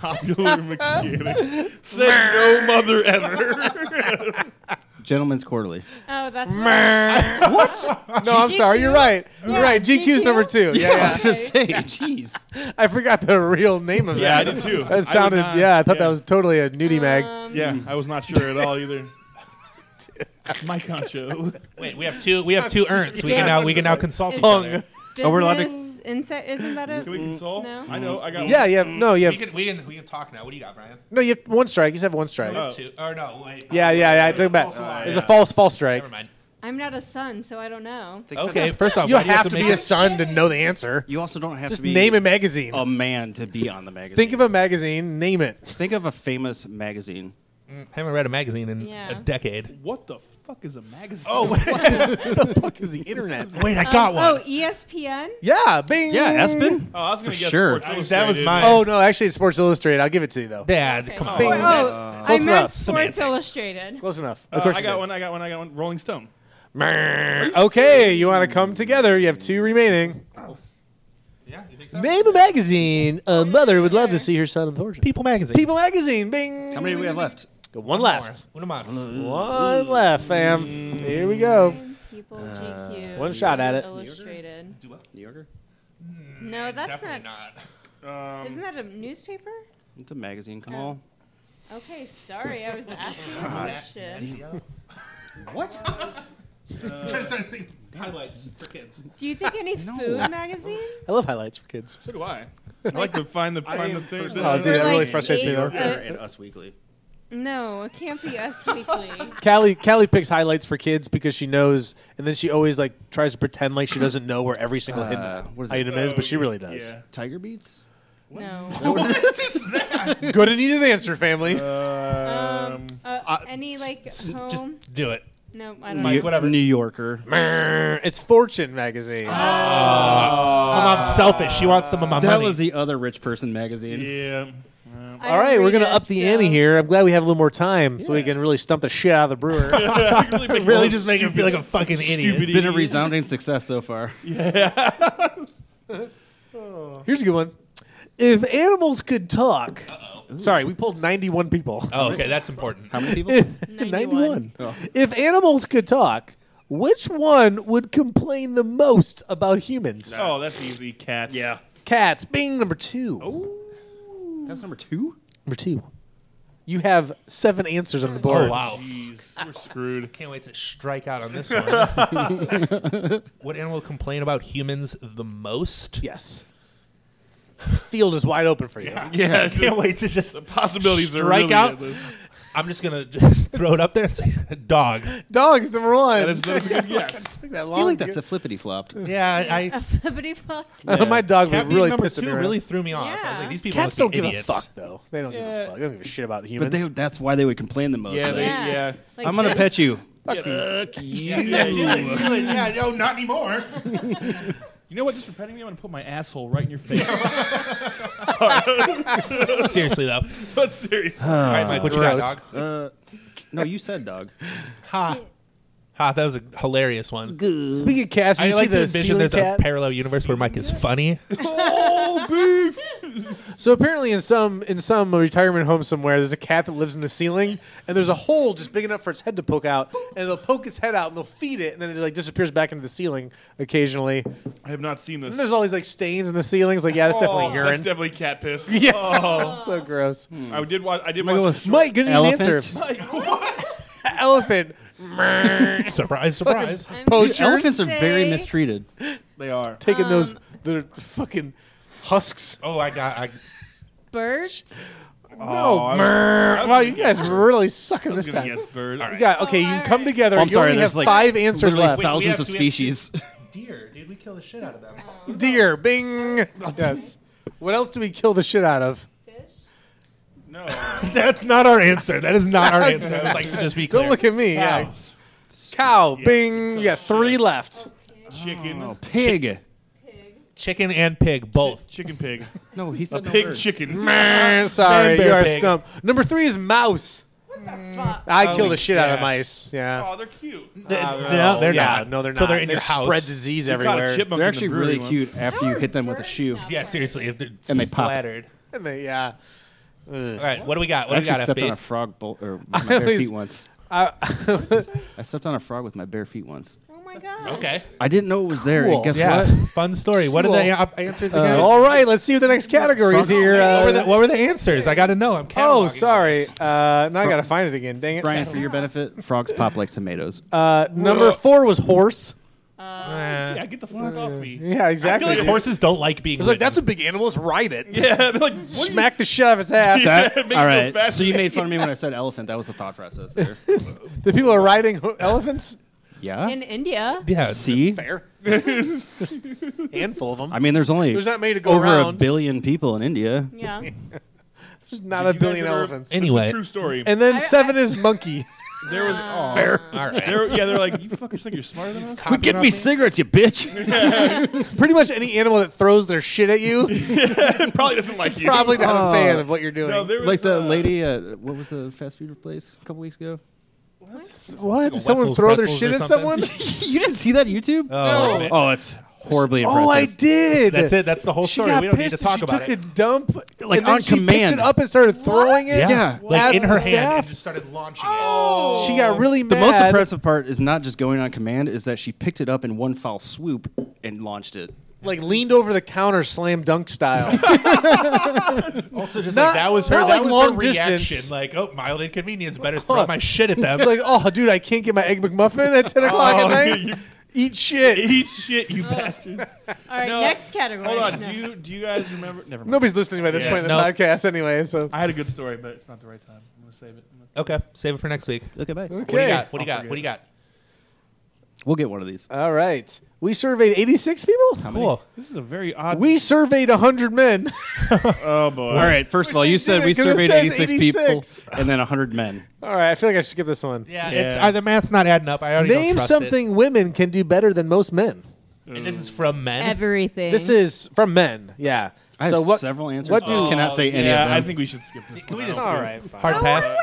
B: Popular mechanic. Said no mother ever.
E: Gentleman's Quarterly.
D: Oh, that's. What
C: No, I'm sorry. You're right. You're right.
D: Yeah,
C: GQ's number two.
D: GQ.
C: Yeah,
E: I was
C: yeah.
E: gonna say, jeez.
C: I forgot the real name of
B: yeah, I
C: that.
B: did too. I
C: That
B: would
C: sounded.
B: not-
C: yeah, I thought that was totally a nudie mag.
D: Um,
B: Yeah, I was not sure at all either. My concho.
A: Wait, we have two. We have two Ernsts. We can now we can now consult each
D: Pung.
A: other.
E: Oh, we're allowed to-
D: business insight- Isn't that
B: Can we
D: a?
B: console?
D: No.
B: I know. I got.
C: Yeah, yeah. No, you
A: We
C: have
A: can we can we can talk now. What do you got, Brian?
C: no. You have one strike. You just have one strike.
B: Oh.
A: Two. Or no, wait.
C: Yeah, yeah, yeah. I took it back.
A: False alarm.
C: It's a false, false strike.
A: Never mind.
D: I'm not a son, so I don't know.
A: Okay, first off,
C: You
A: why
C: have,
A: do you have to,
C: to,
A: make
C: be a
A: it-
C: son to know the answer.
E: You also don't have
C: Just
E: to be
C: name a magazine.
E: a man to be on the magazine.
C: Think of a magazine. Name it.
E: think of a famous magazine.
A: haven't read a magazine in a
D: Yeah.
A: decade.
B: What the fuck is a magazine?
A: Oh wait,
C: Fuck is the internet?
A: wait, I got
D: Um,
A: one.
D: Oh, ESPN.
C: Yeah, Bing.
E: Yeah, Espen.
B: Oh, I was gonna
E: For
B: guess
E: sure.
B: Sports
A: I- that was
B: Illustrated.
A: mine.
C: Oh no, actually, it's Sports Illustrated. I'll give it to you though.
A: Dad,
D: Okay.
A: come on.
D: Oh,
C: Bing.
D: oh,
A: That's-
D: I
C: close
D: meant
C: enough.
D: Sports
A: Semantics.
D: Illustrated.
C: Close enough.
B: Uh,
C: Of course
B: I
C: you
B: got
C: did.
B: one. I got one. I got one. Rolling Stone.
C: Okay, you want to come together? You have two remaining.
A: Yeah, you think so?
C: Name a magazine a mother would love to see her son in portrait.
A: People magazine.
C: People magazine. Bing.
E: How many do we have left?
C: Got one
A: More.
C: left.
A: Uno mas.
C: One left, fam. Mm. Here we go.
D: People GQ.
C: one shot at it.
D: Illustrated.
A: Do what?
E: New Yorker.
D: No, that's
A: Definitely
D: not,
A: not.
B: Um,
D: Isn't that a newspaper?
E: It's a magazine. Come on.
D: Okay, sorry, I was asking a question.
E: What?
A: I'm trying to start thinking highlights for kids.
D: Do you think any food magazines?
C: I love highlights for kids.
B: so do I. I like to find the find the things.
C: Oh, dude, that
D: like
C: really frustrates me
D: eight-
C: though.
D: uh,
E: and Us Weekly.
D: No, it can't be Us Weekly.
C: Callie Callie picks highlights for kids because she knows, and then she always like tries to pretend like she doesn't know where every single hidden
E: Uh, what is it?
C: item is, but she really does.
B: Yeah.
E: Tiger Beats.
D: No.
A: What is that?
C: Good and need an answer, family.
D: Um,
B: Um,
D: uh, any like home?
A: Just do it.
D: no, I don't
A: Mike,
D: know.
A: what- whatever.
E: New Yorker.
C: it's Fortune magazine.
A: My
D: uh,
A: mom's selfish. She wants some of my
E: That
A: money.
E: was the other rich person magazine.
B: yeah.
D: I
C: All
D: don't
C: right, we're
D: read
C: gonna
D: it,
C: up the
D: so-
C: ante here. I'm glad we have a little more time so we can really stump the shit out of the brewer.
B: really, make
A: really
B: those
A: just make her feel like a fucking
B: stupid
A: idiot.
E: Been a
B: idiots.
E: resounding success so far.
C: Here's a good one. If animals could talk. Sorry, we pulled 91 people.
A: Oh, okay, that's important.
E: How many people?
C: 91.
E: Oh.
C: If animals could talk, which one would complain the most about humans?
B: Oh, that's easy. Cats. Yeah.
C: Cats. Bing, number two.
B: Oh,
E: That was number two.
C: Number two. You have seven answers on the board.
A: Oh wow.
B: Jeez, we're screwed.
A: Can't wait to strike out on this one. what animal complain about humans the most?
C: Yes. Field is wide open for you.
A: I can't wait to just
B: Possibilities are
A: Strike
B: really
A: out.
B: endless.
A: I'm just gonna just throw it up there and say dog.
C: Dogs number one.
B: That is, that is a good guess.
C: Took that
E: I
C: long
E: feel like
C: to
E: that's a
C: get-
E: flippity flopped.
A: Yeah, I.
D: A flippity fucked.
E: a-
C: My dog was
A: cat being
C: really
A: number
C: pissing
A: two
C: around.
A: really threw me off. I was
D: Yeah.
A: like, these people
C: Cats
A: must be
C: don't give a
A: idiots.
C: fuck though. They don't give
B: Yeah.
C: a fuck. They don't give a shit about
E: But
C: humans.
E: they, that's why they would complain the most.
B: Yeah,
E: like,
B: they- yeah. uh,
D: Like
E: I'm gonna
D: this.
E: pet you.
A: Yeah, yeah, do it, do it. Yeah, no, not anymore.
B: You know what? Just for petting me, I'm gonna put my asshole right in your face.
A: Seriously though.
B: but seriously,
A: All right, Mike, what you
C: Uh, Gross.
A: got, dog?
E: Uh, no, you said dog.
A: Ha. Ha, that was a hilarious one.
C: Speaking of cats, did
A: I
C: you
A: like
C: see
A: to
C: the
A: envision
C: ceiling
A: there's
C: cat.
A: a parallel universe where Mike is funny.
B: oh beef.
C: so apparently, in some in some retirement home somewhere, there's a cat that lives in the ceiling, and there's a hole just big enough for its head to poke out, and they'll poke its head out, and they'll feed it, and then it like disappears back into the ceiling occasionally. And
B: I have not seen this.
C: there's always like stains in the ceilings. Like, yeah, that's
B: Oh,
C: definitely urine.
B: That's definitely cat piss. Oh.
C: yeah, it's so gross.
E: Hmm.
B: I did watch. I did
E: gonna go
B: watch.
E: with-
B: the short-
C: Mike, good an
E: Elephant?
C: answer. Elephant
A: surprise, surprise.
D: I'm
C: Poachers?
D: gonna
E: Elephants are very
D: say-
E: mistreated.
B: They are.
C: taking those the fucking husks.
A: Oh, I got. I,
D: Birds.
B: Oh, I was- I was
C: Wow,
B: gonna
C: you
B: guys
C: guys were really sucking
B: was
C: this
B: gonna
C: time.
B: guess bird.
A: All
C: You
A: right.
C: got okay.
D: Oh,
C: you can
D: all
C: come
D: right.
C: together.
E: Well, I'm
C: you
E: sorry,
C: only
E: there's
C: have
E: like
C: five answers
E: literally
C: left.
E: thousands
A: Wait, we have-
E: of
A: we have-
E: species.
A: deer, dude, we kill the shit out of them.
C: Deer, Bing. Yes. What else do we kill the shit out of?
D: Fish.
B: No.
A: That's not our answer. That is not our answer. I'd like to just be clear.
C: Don't look at me. yeah.
B: Cows.
C: Cow,
B: kill
C: Bing. You got
B: the
C: three
B: shit.
C: left.
B: Chicken.
E: Oh, pig.
D: Pig.
A: Chicken and pig, both.
B: Chicken pig.
E: No, he said
B: A
E: no
B: pig
E: birds.
B: chicken.
C: Meh, Sorry,
A: bear
C: you are
A: pig.
C: stumped. Number three is mouse.
D: Fuck.
C: I
A: Oh,
C: kill the shit out of
A: yeah.
C: mice. Yeah.
B: Oh, they're cute.
A: Th-
C: Uh,
A: no, they're
C: yeah,
A: not.
C: No, they're not.
A: So they're in
C: They
A: your house.
C: Spread disease
B: Caught
C: everywhere.
B: a chipmunk
E: They're
B: in the
E: actually
B: brewery
E: really
B: once.
E: cute after you hit them with a
D: Birds
E: shoe.
D: now.
A: Yeah, seriously. If they're
E: And they pop.
A: splattered.
C: And they- yeah.
A: All right, what do we got?
E: I
A: What do we
E: actually
A: got,
E: stepped on a
A: FB?
E: frog bol- or with my bare
C: always-
E: feet once.
C: I-
E: I stepped on a frog with my bare feet once.
D: Oh my god.
A: Okay.
E: I didn't know it was there.
C: Cool.
E: And guess
A: Yeah.
E: what?
A: Fun story. What are the op- answers again?
C: Uh, all right, let's see what the next category is
E: Frog-
C: here.
A: what, were
C: Uh,
A: the, what were the answers? I got to know. I'm
C: Oh,
A: cataloging
C: sorry.
A: this.
C: Uh, now I gotta find it again. Dang it.
E: Brian, for your benefit, frogs pop like tomatoes.
C: Uh, number four was horse.
A: Uh,
B: Yeah, get the fuck off me.
C: Yeah,
A: I
C: exactly.
A: feel like horses don't like being.
C: It's like
A: ridden.
C: that's a big animal. Let's ride it.
B: Yeah, they're like what are you-
C: Smack the shit out of its ass.
B: Yeah. That- makes
E: all
B: me
E: right.
B: feel
E: So you made fun of me when I said elephant. That was the thought process there.
C: the people are riding ho- elephants.
E: Yeah.
D: In India.
A: yeah.
E: See,
C: Fair. Handful of them.
E: I mean, there's only
C: There's not many to go
E: over a
C: around.
E: billion people in India.
D: Yeah.
C: There's not
B: Did you
C: a
B: guys
C: billion
B: ever-
C: elephants.
B: This is a
A: Anyway. uh,
B: true story.
C: And then
D: I-
C: seven
D: I-
C: is monkey.
B: there was aw.
A: All right.
B: They were- yeah, they're like, you fuckers think you're smarter than us?
E: Quit getting me cigarettes, you bitch.
C: Pretty much any animal that throws their shit at you,
B: It probably doesn't like you.
C: probably not
E: Oh.
C: a fan of what you're doing.
B: No, there was,
E: like the
B: uh,
E: lady at what was the fast food place a couple weeks ago?
C: what? Did
A: Wetzel's
C: someone throw their
A: pretzels
C: shit
A: or
C: at
A: something?
C: someone?
E: you didn't see that YouTube?
A: Oh, man.
E: Oh, it's horribly impressive.
C: oh, I did.
A: That's it. That's the whole
C: She
A: story.
C: got
A: We don't need
C: pissed
A: to
C: and
A: talk
C: she
A: about
C: took
A: it.
C: a dump,
E: Like,
C: and then
E: on
C: she picked
E: command.
C: it up and started throwing it.
E: Yeah.
A: Like
C: at
A: in her
C: uh, the
A: hand and
C: staff. Oh.
A: just started launching it.
C: She got really
E: Oh. The
C: mad.
E: most impressive part is not just going on command; is that she picked it up in one foul swoop and launched it.
C: Like leaned over the counter, slam dunk style.
A: Also, just
C: Not-
A: like that was her.
C: not
A: That
C: like
A: was
C: long
A: her reaction.
C: distance.
A: Like, oh, mild inconvenience. Better throw my shit at them.
C: It's like, oh, dude, I can't get my egg McMuffin at 10 o'clock at
E: Oh.
C: night. Eat shit.
B: Eat shit, you bastards.
D: All right.
B: No.
D: Next category.
B: Hold on.
D: No.
B: Do you do you guys remember? Never mind.
C: Nobody's listening by this
B: Yeah,
C: point in the
A: no.
C: podcast anyway, so.
B: I had a good story, but it's not the right time. I'm gonna save it.
A: okay, save it for next week.
E: Okay, bye.
A: What do you
C: Okay.
A: got? What do you got? What do you got?
E: We'll get one of these.
C: All right. We surveyed 86 people?
A: Cool.
B: This is a very odd.
C: We surveyed 100 men.
B: oh boy.
E: All right. First of all,
C: they
E: you said
C: did it
E: we
C: 'cause it
E: surveyed
C: says
E: 86,
C: 86.
E: people and then 100 men.
C: All right. I feel like I should skip this one.
A: Yeah,
B: Yeah.
A: it's uh, the math's not adding up. I already don't
C: Name
A: trust
C: something women can do better than most men.
A: It. And this is from men.
D: Everything.
C: This is from men. Yeah.
E: I have
C: so what?
E: several answers.
C: what
E: What
C: do-
E: do I cannot say any
B: yeah,
E: of them?
B: I think we should skip this.
A: Can we
B: one.
A: just-
B: I
C: All
B: don't
C: right. Fine.
A: Hard pass.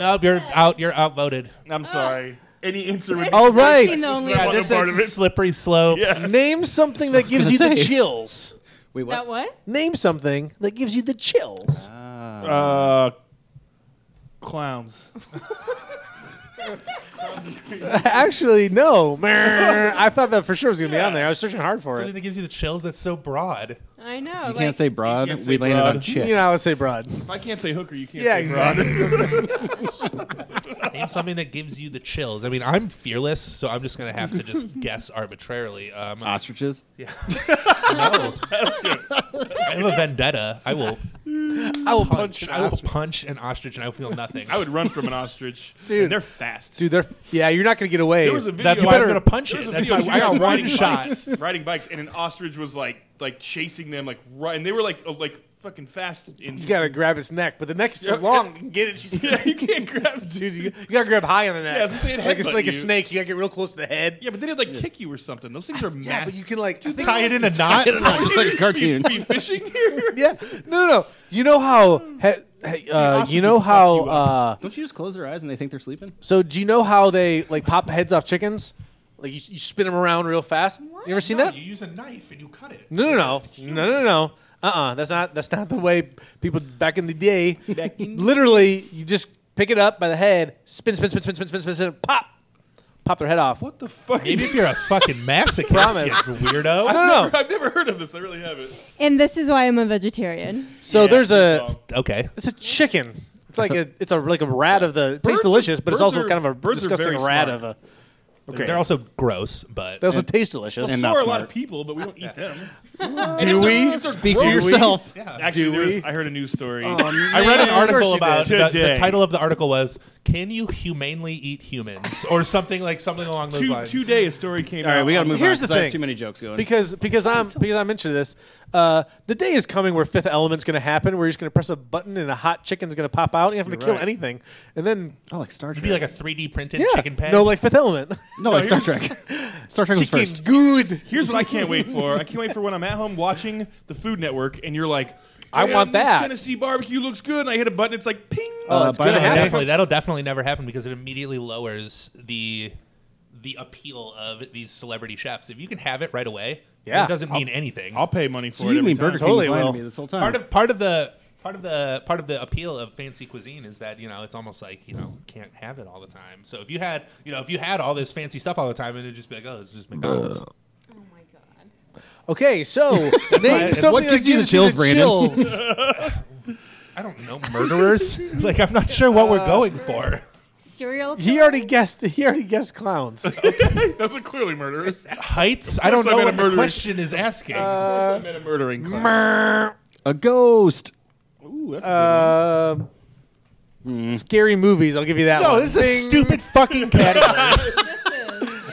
A: No, you're out. You're outvoted.
B: care. I'm sorry. Any answer would.
C: All right.
D: The only
A: Yeah,
D: one.
A: that's
B: part
A: a
B: of it.
A: slippery slope.
B: Yeah.
C: Name something that gives you
E: gonna
C: the
E: say.
C: chills.
E: Wait, what?
D: That what?
C: Name something that gives you the chills.
B: Uh, clowns.
C: Actually, no. I thought that for sure was going to be on there. I was searching hard for
A: Something
C: it.
A: that gives you the chills. That's so broad.
D: I know.
E: you
D: like,
E: can't say broad.
B: You can't
E: we
B: say
E: landed
B: broad.
E: on chick.
C: You know, I would say broad.
B: If I can't say hooker, you can't.
C: Yeah,
B: say broad.
A: Name something that gives you the chills. I mean, I'm fearless, so I'm just gonna have to just guess arbitrarily. Um,
E: Ah. Ostriches.
A: I have a vendetta. I will
C: I will punch
A: punch.
C: an
A: I will
C: ostrich.
A: punch an ostrich and I will feel nothing.
B: I would run from an ostrich.
C: Dude.
B: and they're fast.
C: Dude, they're yeah. You're not gonna get away.
B: There was a video.
A: That's
B: You
A: why I'm
C: better-
A: gonna punch
B: There was
A: it.
B: a
A: That's
B: video
A: why
B: of two
A: I got
B: guys
A: one
B: riding
A: shot.
B: bikes- riding bikes, and an ostrich was like like chasing them, like right, and they were like uh, like fucking fast. In,
C: you gotta grab its neck, but the neck is so
B: Yeah.
C: long. You can get it. She's
B: yeah, you can't grab.
C: dude. You, you gotta grab high on the neck.
B: Yeah, I was gonna say, it
C: like it's
B: headbutt
C: like a
B: you.
C: snake. You gotta get real close to the head.
B: Yeah, but then it'd like kick you or something. Those things are
C: Yeah,
B: mad.
C: but you can like I think-
A: Tie it in a knot.
E: just like a cartoon.
B: Are you fishing here?
C: Yeah, no, no, no. You know how he- Hmm. he- uh,
B: ostrich
C: you know
B: will fuck
C: how
B: you
C: uh,
E: Don't you just close their eyes and they think they're sleeping?
C: so do you know how they like pop heads off chickens? Like you, you spin them around real fast. You ever seen that?
A: You use a knife and you cut it.
C: No, no, no, no, no, no. Uh, uh-uh. uh. That's not. That's not the way people back in the day. Literally, you just pick it up by the head, spin, spin, spin, spin, spin, spin, spin, spin, pop, pop their head off.
B: What the fuck?
A: Maybe if you're a fucking masochist,
C: Promise.
A: you weirdo.
C: No, no, no.
B: I've never heard of this. I really haven't.
D: And this is why I'm a vegetarian.
C: So
B: Yeah,
C: there's a.
B: um,
A: Okay.
C: It's a chicken. It's like a. It's a like a rat of the. It tastes
B: Birds-
C: delicious, but it's
B: birds
C: also
B: are-
C: kind of a
B: birds are
C: disgusting
B: very
C: rat
B: smart.
C: of a. Okay.
A: They're also gross, but
C: They also taste delicious.
E: And
B: so
E: uh, not
B: are a lot of
E: smart.
B: people, but we don't eat them.
C: do we?
E: Speak for yourself.
B: Actually,
C: Do
B: there was,
C: we? Oh,
B: I heard a news story.
A: I read an
B: Yeah, of course
A: article
B: you
A: about
B: did.
A: the, the
B: Today.
A: title of the article was "Can you humanely eat humans?" or something like something along those
B: two,
A: lines.
B: two day a story came
E: All
B: out.
E: right, we gotta
B: on-
E: move
C: Here's
E: on. 'cause
C: the
E: I have
C: thing.
E: too many jokes going.
C: Because because I'm because I'm into this. Uh, the day is coming where Fifth Element's going to happen, where you're just going to press a button and a hot chicken's going to pop out. and You have to
B: You're
C: kill
B: right.
C: anything, and then
E: I like Star Trek.
A: It'd be like a 3D printed
C: yeah,
A: chicken pad.
C: no, like Fifth Element,
E: no, like Star Trek. Star Trek was
C: chicken
E: first.
C: good.
B: Here's what I can't wait for. I can't wait for when I'm at home watching the Food Network, and you're like,
C: I
B: "Damn,
C: want
B: this
C: that."
B: Tennessee barbecue looks good, and I hit a button. Oh, It's like ping.
E: Uh,
C: it's
E: by
C: gonna
E: the way,
A: That'll
C: happen.
A: definitely that'll definitely never happen because it immediately lowers the the appeal of these celebrity chefs. If you can have it right away,
C: Yeah.
A: it doesn't mean anything.
B: I'll pay money for
E: So
B: it.
E: you
B: every
E: mean
B: time.
E: Burger King
C: Totally
E: was lying
C: will.
E: to me this whole time?
A: part of part of the part of the part of the appeal of fancy cuisine is that you know it's almost like you know can't have it all the time. So if you had you know if you had all this fancy stuff all the time, and it'd just be like oh it's just McDonald's.
D: Oh my god.
C: Okay, so name
A: What
C: something that
E: gives you the
C: gives you
E: chills, Brandon?
C: chills.
A: I don't know murderers. like I'm not sure what we're going for.
D: Serial.
C: he
D: killer?
C: already guessed. He already guessed clowns.
B: Those are clearly murderers.
A: Heights. I don't
B: course I
A: know
B: meant a
A: what the
B: murderer.
A: question is asking.
C: Uh,
B: I met a murdering. clown.
E: a ghost.
B: Ooh, that's a good
C: Um Scary movies. I'll give you that.
A: Mm. no,
C: one.
A: this is a stupid fucking category.
D: This is- yeah.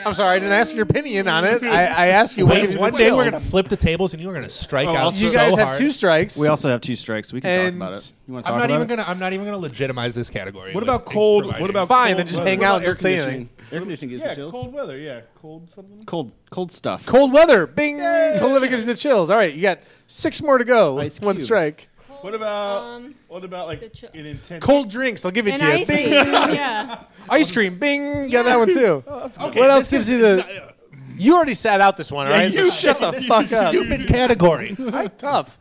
C: I'm sorry, I didn't ask your opinion on it. I, I asked you. what gives
A: Wait,
C: you
A: one
C: the
A: day we're
C: chills?
A: gonna flip the tables and you are gonna strike out.
C: Oh, You
A: so
C: guys have
A: hard.
C: two strikes.
E: We also have two strikes. We can
C: And
E: talk about it. You want to
A: I'm
E: talk
A: not
E: about
A: even
E: it?
A: gonna. I'm not even gonna legitimize this category.
B: What
A: with
B: about cold-
A: providing-
B: what about-
C: fine.
B: Cold
C: Then just
B: weather.
C: hang
B: What
C: out
B: about
C: and
E: air
C: don't say
E: conditioning.
C: anything.
E: Air conditioning gives
B: Yeah,
E: you chills.
B: cold weather. Yeah, cold something.
E: cold, cold stuff.
C: Cold weather, Bing. Cold weather gives you the chills. All right, you got six more to go.
E: Ice
C: One
E: cubes.
C: strike.
B: What about
D: Um,
B: what about like
D: the chill-
B: an intense?
C: Cold drinks. I'll give it
D: and
C: to you.
D: icy.
C: Bing.
D: yeah.
C: Ice cream. Bing. Got that one too.
A: Okay,
C: what else
A: this
C: gives
A: is-
C: you the? You already sat out this one. All right,
B: you
C: so shut the
A: This is
C: fuck
A: a
C: up.
A: Stupid category.
C: Tough.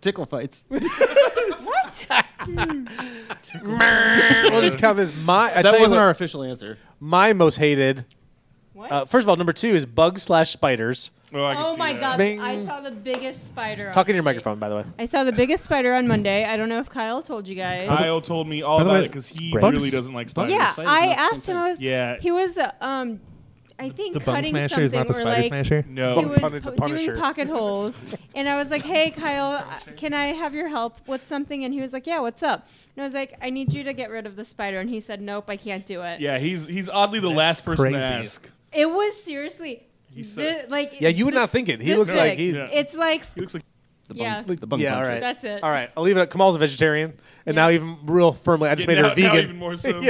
E: Tickle fights.
C: we'll just count this. My I
E: that
C: tell you
E: wasn't
C: what,
E: our official answer.
C: my most hated.
D: What?
C: Uh, first of all, number two is bugs slash spiders.
B: Well, I can
D: oh
B: see
D: my
B: that.
D: god.
C: Bing.
D: I saw the biggest spider.
C: Talk
D: on
C: into your
D: Monday.
C: microphone, by the way.
D: I saw the biggest spider on Monday. I don't know if Kyle told you guys.
B: Kyle told me all
E: By the
B: about
E: way,
B: it because he
E: Bugs-
B: really doesn't like spiders.
D: yeah,
E: Spider's
D: I
E: not the
D: asked
E: same
D: him. I was.
B: Yeah.
D: He was. uh, Um, I think
A: The bung
D: cutting
A: smasher
D: something
A: is not the
D: or
A: spider
D: like
A: smasher.
D: he
B: No.
C: Bung-
D: was
C: Puni- the
D: po-
C: Punisher.
D: doing pocket holes, and I was like, "Hey, Kyle, uh, can I have your help with something?" And he was like, "Yeah, what's up?" And I was like, "I need you to get rid of the spider," and he said, "Nope, I can't do it."
B: Yeah, he's he's oddly the last person
A: crazy.
B: to ask.
D: It was seriously.
B: He's
D: thi- like
C: Yeah, you would
D: this-
C: not think it. He
D: this
C: looks like
D: big.
C: he's-
B: Yeah.
D: It's like
B: He looks like
E: The
D: Yeah.
E: bung, the bung
C: Yeah, all
E: puncher.
C: right.
D: that's it.
C: All right, I'll leave it. up. Kamal's a vegetarian, and now even real firmly, I just
B: Yeah,
C: made
B: now,
C: her a vegan.
B: Now even more so.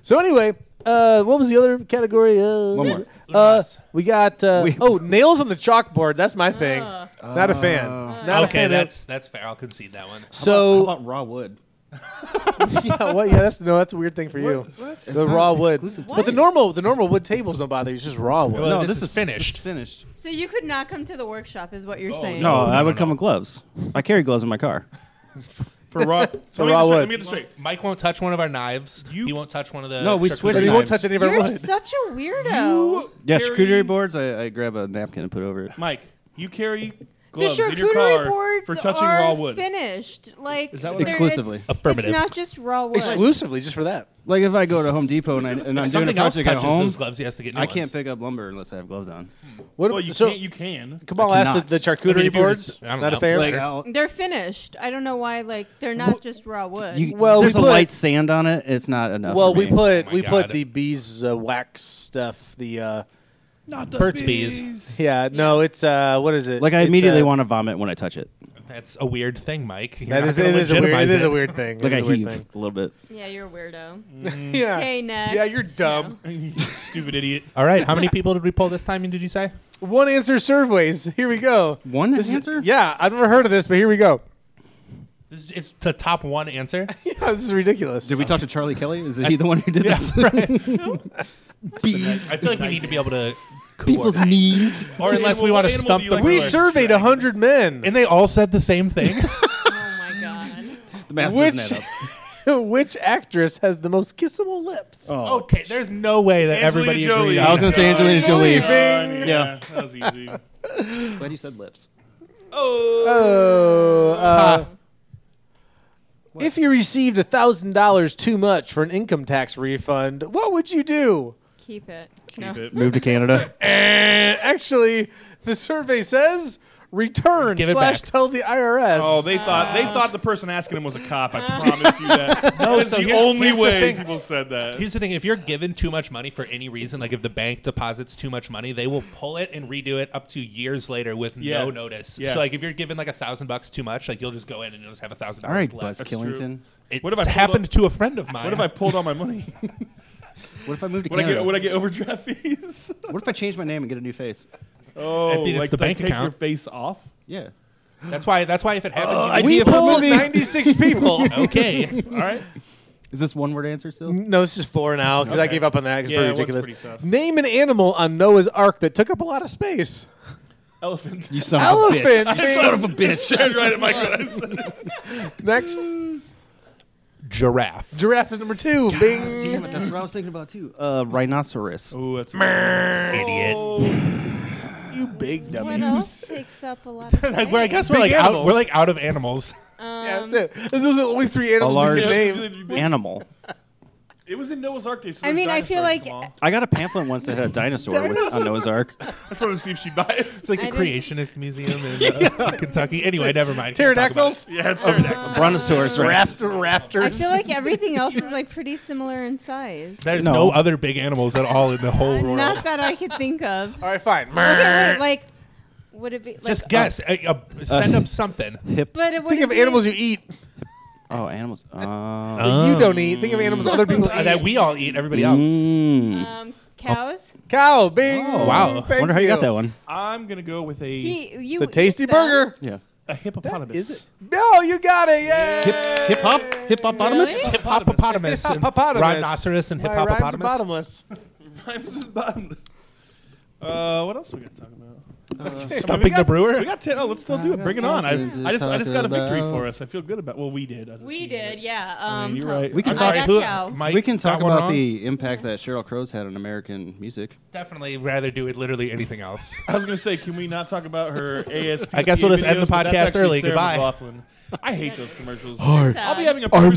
C: So anyway, uh, what was the other category? Uh,
E: One more.
C: Uh, we got uh,
E: We-
C: oh nails on the chalkboard. That's my thing.
D: Ugh.
C: Not a fan. Uh, Not a
A: Okay,
C: fan.
A: that's that's fair. I'll concede that one.
E: How
C: so.
E: about raw wood?
C: yeah, what? Yeah, that's no. That's a weird thing for you. The
E: not
C: raw wood,
E: exclusive to
C: but the
E: me.
C: normal the normal wood tables don't bother you. It's just raw wood.
A: Well,
E: no,
A: this
E: this,
A: is
E: is
A: finished.
E: This is finished.
D: So you could not come to the workshop, is what you're
B: Oh,
D: saying?
E: No,
A: no,
E: I would
A: no,
E: come
A: no.
E: with gloves. I carry gloves in my car.
B: For raw, so
C: raw wood.
B: Let me get this straight.
A: Mike won't touch one of our knives. he won't touch one of the.
E: No, we
A: charcuterie
E: switched
C: but he won't
A: boards.
E: knives.
C: touch any of our
D: You're
C: wood.
D: such a weirdo.
E: Yeah,
B: Carry-
E: charcuterie boards. I, I grab a napkin and put it over it.
B: Mike, you carry gloves
D: the
B: in your car
D: charcuterie boards
B: for touching
D: are
B: raw wood.
D: finished. Like
B: Is that what it
D: they're-
E: Exclusively.
D: it's,
A: Affirmative.
D: It's not just raw wood.
C: exclusively just for that.
E: Like if I go to Home Depot and, I, and I'm doing a
A: Something else
E: project at
A: touches
E: home,
A: those gloves. He has to get. New
E: I can't
A: ones.
E: pick up lumber unless I have gloves on.
C: What
B: Well, you
C: so
B: can't. You can.
C: Kamal
E: I
C: asked the,
E: cannot.
C: the charcuterie
A: I mean, if you were
C: boards.
A: just- I don't
C: not a
A: know.
C: fair.
E: Like how,
D: They're finished. I don't know why. Like they're not just raw wood.
E: you,
C: Well,
E: there's
C: we
E: a
C: put-
E: light sand on it. It's not enough.
C: well,
E: for
C: we
E: me.
C: put
A: Oh my
C: we put
A: God.
C: the bees uh, wax stuff. The uh,
B: Not the
A: Burt's Bees.
C: yeah, no, it's uh, what is it?
E: like I
C: It's,
E: immediately
C: uh,
E: want to vomit when I touch it.
A: That's a weird thing, Mike. You're
C: That
A: not
C: is
A: gonna
C: it is a weird
A: legitimize
C: it is a
A: it.
C: weird thing.
E: Like I
C: it is a
E: heave
C: weird thing.
E: a little bit.
D: yeah, you're a weirdo.
C: Yeah.
D: Okay, next.
C: Uh, Yeah, you're dumb.
B: Stupid idiot.
A: All right, how many people did we pull this time? Did you say?
C: One answer surveys. Here we go.
E: One
C: This is-
E: answer?
C: yeah, I've never heard of this, but here we go.
A: This is, it's the top one answer.
C: Yeah, this is ridiculous.
E: Did we talk to Charlie Kelly? Is he the one who did this?
A: I feel like we need to be able to.
E: People's
A: coordinate.
E: knees.
A: or unless we
B: Animal-
A: want to
B: animal
A: stump
B: do you
A: the
B: like
C: We
B: Right.
C: surveyed hundred men.
A: and they all said the same thing.
D: Oh my god.
E: The math
C: Which
E: doesn't add up.
C: which actress has the most kissable lips?
E: Oh.
A: okay, there's no way that
B: Angelina
A: everybody
B: Jolie.
A: agreed.
E: I was
A: on
E: gonna say Oh, Angelina
C: Jolie.
E: Jolie.
C: Bing.
B: yeah, that was easy.
E: Glad you said lips.
C: Oh, uh, if you received a thousand dollars too much for an income tax refund, what would you do?
D: Keep it. no.
B: Keep it.
E: Move to Canada.
C: And actually, the survey says return
A: Give it
C: slash
A: back.
C: tell the IRS.
B: Oh, they thought they thought the person asking him was a cop. I promise you that.
A: No,
B: That's
A: so
B: the
A: here's-
B: only
A: here's the
B: way
A: thing.
B: people said that.
A: Here's the thing: if you're given too much money for any reason, like if the bank deposits too much money, they will pull it and redo it up to years later with
B: Yeah.
A: no notice.
B: Yeah.
A: So, like if you're given like a thousand bucks too much, like you'll just go in and you'll just have a thousand
E: All right,
A: dollars
E: Buzz
A: left.
E: Killington.
A: It-
B: What if I
A: it's
B: pulled
A: happened
B: up-
A: to a friend of mine.
B: What if I pulled all my money?
E: What if I move to
B: Would I
E: Canada?
B: get would I get overdraft fees?
E: what if I change my name and get a new face?
B: Oh,
A: mean, it's
B: like
A: the
B: like
A: bank
B: take your
A: account.
B: face off.
E: Yeah.
A: That's why. That's why if it
B: Oh,
A: happens,
E: I
A: you
C: we
E: Idea for a
C: pulled
E: movie.
C: ninety six people.
A: okay.
B: All right.
E: Is this one word answer still?
C: No, this is four now because I
B: Okay.
C: gave up on that. It's
B: Yeah,
C: pretty
B: it was
C: ridiculous.
B: pretty tough.
C: Name an animal on Noah's Ark that took up a lot of space.
B: Elephant.
E: You son
C: Elephant.
E: of a bitch. You son of a bitch.
B: Stared right at my eyes.
C: Next,
A: Giraffe.
C: giraffe is number two. Bing.
E: Damn it, that's what I was thinking about too. Uh, rhinoceros.
B: Oh, that's
A: Idiot.
B: Oh,
C: You big
D: What
C: dummy.
D: else takes up a lot of
A: Like, we're, I guess we're
C: Big
A: like out,
C: animals.
A: we're like out of animals.
C: Yeah, that's it. Those are the only three
E: A
C: animals
E: large
C: we can name.
E: Oh. animal.
B: It was in Noah's Ark days. so
D: I
B: there's
D: mean, I feel
B: dinosaurs,
D: like-
B: Kamal.
E: I got a pamphlet once that had a dinosaur with, on Noah's Ark.
B: I just wanted to see if she buys.
A: It's like
D: I
A: the
D: didn't-
A: creationist museum in uh, Kentucky. Anyway, never mind. Can't talk about it.
C: Pterodactyls,
B: Yeah, it's pterodactyl.
E: Brontosaurus rex.
C: raptors.
D: I feel like everything else is like pretty similar in size.
A: There's
E: No.
A: no. other big animals at all in the whole world.
D: Not that I could think of.
C: All right, fine.
D: Okay, wait, like, would it be like,
A: Just guess. Uh, uh, send up something.
D: But it would
C: Think
D: it
C: of
D: be-
C: animals you eat
E: Oh, animals. Oh.
C: that you don't eat. Think of animals other people
A: Uh,
C: eat.
A: that we all eat. Everybody else.
E: Mm.
D: Um, cows.
C: Oh, Cow, bing.
A: wow.
C: Thank
E: Wonder how you got that one.
B: I'm gonna go with a
D: He, you
C: The
D: eat
C: tasty
D: them.
C: burger.
E: Yeah.
B: a hippopotamus.
C: Is it? No, you got it. Yeah.
E: Hip hip hop hip hippopotamus.
D: Really?
A: Hip hippopotamus. and
C: Hippopotamus.
A: Rhinoceros and hip hippopotamus.
C: Bottomless.
B: Rhymes with bottomless. Uh, what else we got to talk about?
A: Stumping the
B: We
A: brewer.
B: got ten. Oh, let's still do it. Bring it on. I,
E: something to
B: I just I just got a
E: talk
B: victory
E: about.
B: for us. I feel good about. Well, we did. as a
D: We
B: team,
D: did, yeah.
B: but- I
D: Um,
B: mean, you're right.
E: We can
B: I'm
E: talk-
B: sorry.
D: got cow.
A: Mike,
E: We can talk
A: got one
E: about
A: wrong?
E: the impact that Cheryl Crow's had on American music.
A: Definitely rather do it literally anything else.
B: I was gonna say, can we not talk about her ASP?
A: I guess we'll just end the podcast early. Goodbye.
B: I hate those commercials.
D: Sad.
B: I'll be having a perfectly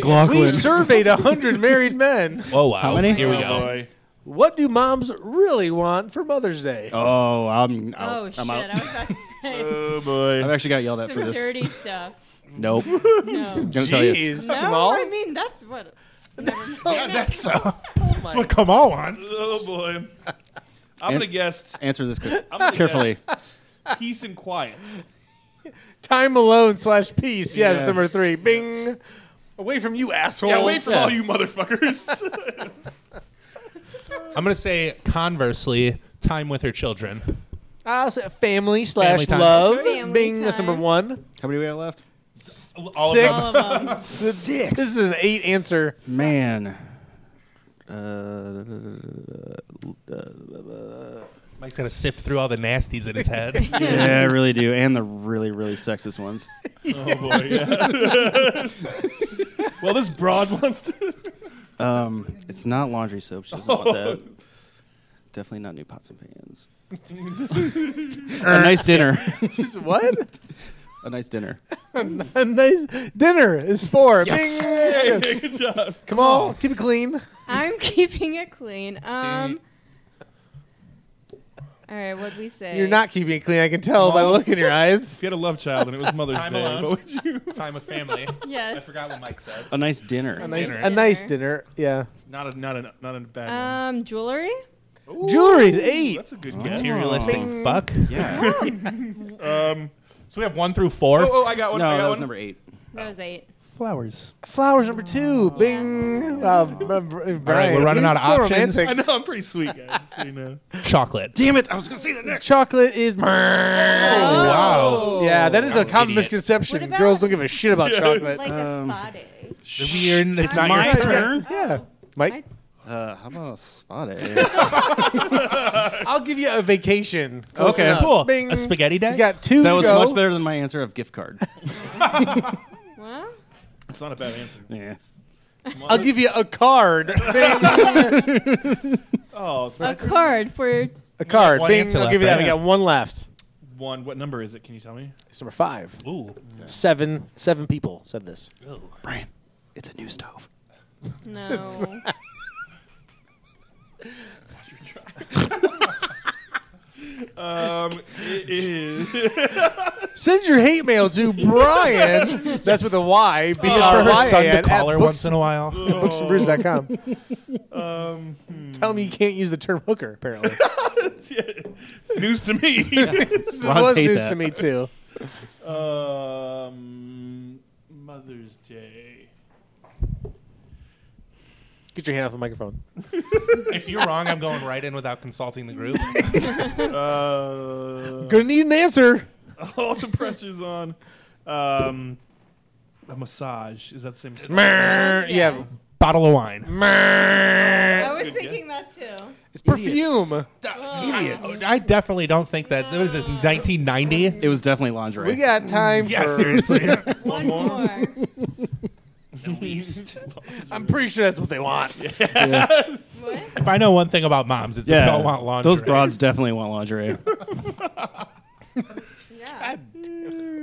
B: good day.
C: We surveyed 100 married men.
A: Oh wow.
E: How many?
A: Here we
B: Oh,
A: go.
B: boy.
C: What do moms really want for Mother's Day?
E: Oh, I'm out.
D: Oh, shit.
E: I'm
D: I
E: out.
D: was about to say
B: Oh
E: I've
B: boy.
E: actually got yelled at for
D: some
E: this.
D: dirty stuff.
E: Nope.
D: No.
E: Don't tell you.
C: Jeez.
D: No,
C: Kamal?
D: I mean, that's what. Never
C: Oh,
D: Oh
A: Yeah, that's, uh,
C: my
A: that's what Kamal wants.
B: Oh boy. I'm gonna guess.
E: Answer this quick-
B: I'm gonna
E: carefully.
B: guess Peace and quiet.
C: Time alone slash peace. Yes,
E: Yeah.
C: number three. Bing. Away from you, asshole.
B: Yeah, wait for
E: Yeah.
B: all you motherfuckers.
A: I'm gonna say conversely, time with her children.
C: Uh, so family slash
A: time.
C: love.
D: Family
C: Bing, that's
D: time.
C: number one.
E: How many we got left?
A: All
C: Six.
A: Of them.
D: All of them.
C: Six. This is an eight answer.
E: Man. Uh,
A: Mike's gonna sift through all the nasties in his head.
E: yeah, I really do, and the really, really sexist ones.
B: Oh boy, yeah. well, this broad wants to.
E: Um, it's not laundry soap. She doesn't want that. Definitely not new pots and pans. a nice dinner.
C: This is what?
E: a nice dinner.
C: a nice dinner is for. Bing.
B: Hey, good job.
C: Come on, keep it clean.
D: I'm keeping it clean. Um. All right, what'd we say?
C: You're not keeping it clean. I can tell by the look in your eyes.
B: If you had a love child and it was Mother's
A: Time
B: Day,
A: alone.
B: what would you?
A: Time with family.
D: Yes.
A: I forgot what Mike said.
E: A nice dinner.
C: A nice,
A: Dinner.
C: a nice dinner. Yeah.
B: Not a not a not a
E: Uh,
B: bad
D: Um, jewelry.
B: one. Oh.
C: Jewelry's
B: Ooh,
C: eight.
B: That's a good guess.
A: Materialistic fuck.
E: yeah.
B: Um,
A: So we have one through four.
B: oh, oh, I got one. I
E: no,
B: got
E: that was
B: one.
E: number eight.
D: That was eight.
B: Flowers.
C: Flowers number two. Bing. Uh, Wow, b- b- Brian.
A: we're running
C: you're
A: out of
C: so
A: options.
B: I
C: romantic.
B: know I'm pretty sweet, guys. so you know.
A: Chocolate.
E: Damn it! I was gonna say that next.
C: Chocolate is.
A: wow.
C: Yeah, that is
A: I'm
C: a
A: an
C: common
A: idiot.
C: misconception.
D: What about-
C: Girls don't give a shit about
B: Yeah.
C: chocolate.
D: Like a
E: Um,
D: spa day.
A: Weird. It's not
E: my
A: your turn.
E: turn.
C: Yeah.
D: I-
C: Mike,
E: Uh, how about a spot
C: I'll give you a vacation. Close
E: Okay,
C: enough.
A: Cool.
C: Bing.
A: A spaghetti day.
C: You got two.
E: That
C: to
E: was
C: go.
E: much better than my answer of gift card.
D: Well,
B: It's not a bad answer.
E: yeah.
C: I'll give you a card. Bing.
B: Oh, it's
D: a
B: not
D: card for
C: a card.
A: One
C: Bing.
A: answer
C: I'll
A: left,
C: give you that. We
A: right?
C: got one left.
B: one. What number is it? Can you tell me?
C: It's number five.
A: Ooh.
C: Seven. Seven people said this.
E: Brian, it's a new stove.
D: no.
B: Um, it is.
C: Send your hate mail to Brian. That's with a Y. B
A: Is it
C: R
A: for her
C: Y
A: son
C: A
A: to
C: N.
A: call her
C: at
A: once in a while?
C: booksandbrews.com.
B: Um, hmm.
C: Tell me you can't use the term hooker. Apparently,
B: It's news to me.
C: this
E: Lots
C: was
E: hate
C: news
E: that.
C: to me too.
B: um, Mother's Day.
C: Get your hand off the microphone.
A: if you're wrong, I'm going right in without consulting the group.
B: Uh,
C: Gonna need an answer.
B: all the pressure's on. Um, a massage. Is that the same?
C: Mer- Yeah.
A: Bottle of wine.
C: Mer-
D: I was
B: good guess.
D: thinking that too.
C: It's perfume.
A: Uh, I, I definitely don't think that. What is this? 1990.
E: It was definitely lingerie.
C: We got time
A: Yeah,
C: for.
A: seriously.
D: One more.
A: least.
C: I'm pretty sure that's what they want.
D: what?
A: If I know one thing about moms, it's
E: yeah,
A: they don't want lingerie.
E: Those broads definitely want lingerie.
D: Yeah.
A: I'd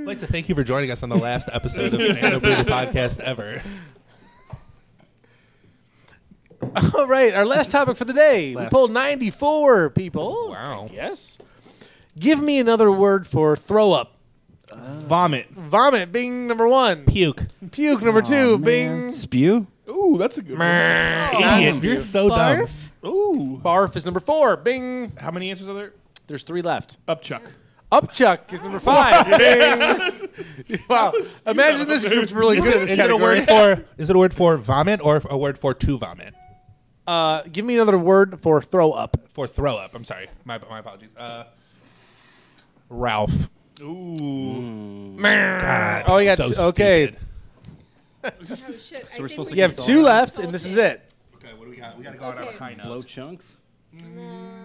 A: like to thank you for joining us on the last episode of the Nano Breeder podcast ever.
C: All right, our last topic for the day. We
E: Last.
C: polled 94 people.
A: Wow.
C: Yes. Give me another word for throw up.
B: Vomit.
C: Vomit being number one.
A: Puke.
C: Puke number two. Bing.
E: Spew?
B: Ooh, that's a good
A: Idiot. You're so dumb.
D: Barf.
B: one. Ooh.
C: Barf is number four. Bing.
B: How many answers are there?
C: There's three left.
B: Upchuck.
C: Upchuck is number five. Bing. wow. Imagine this group's really
A: Is
C: good. at
A: it,
C: this
A: is it a
C: category.
A: word for is it a word for vomit or a word for to vomit
C: Uh, give me another word for throw up.
A: for throw up? I'm sorry, my, my apologies. Uh, Ralph. Mm.
B: Ooh.
A: God,
C: Oh, you got
A: so
C: two- okay.
A: stupid.
D: Oh, shit. I
E: we're
D: think
E: supposed
D: we
E: to
C: You have
E: It's
C: two
E: all
C: left, and this is it.
A: Okay, what do we got? We got to go out on a
D: Okay.
A: high note.
E: Blow chunks?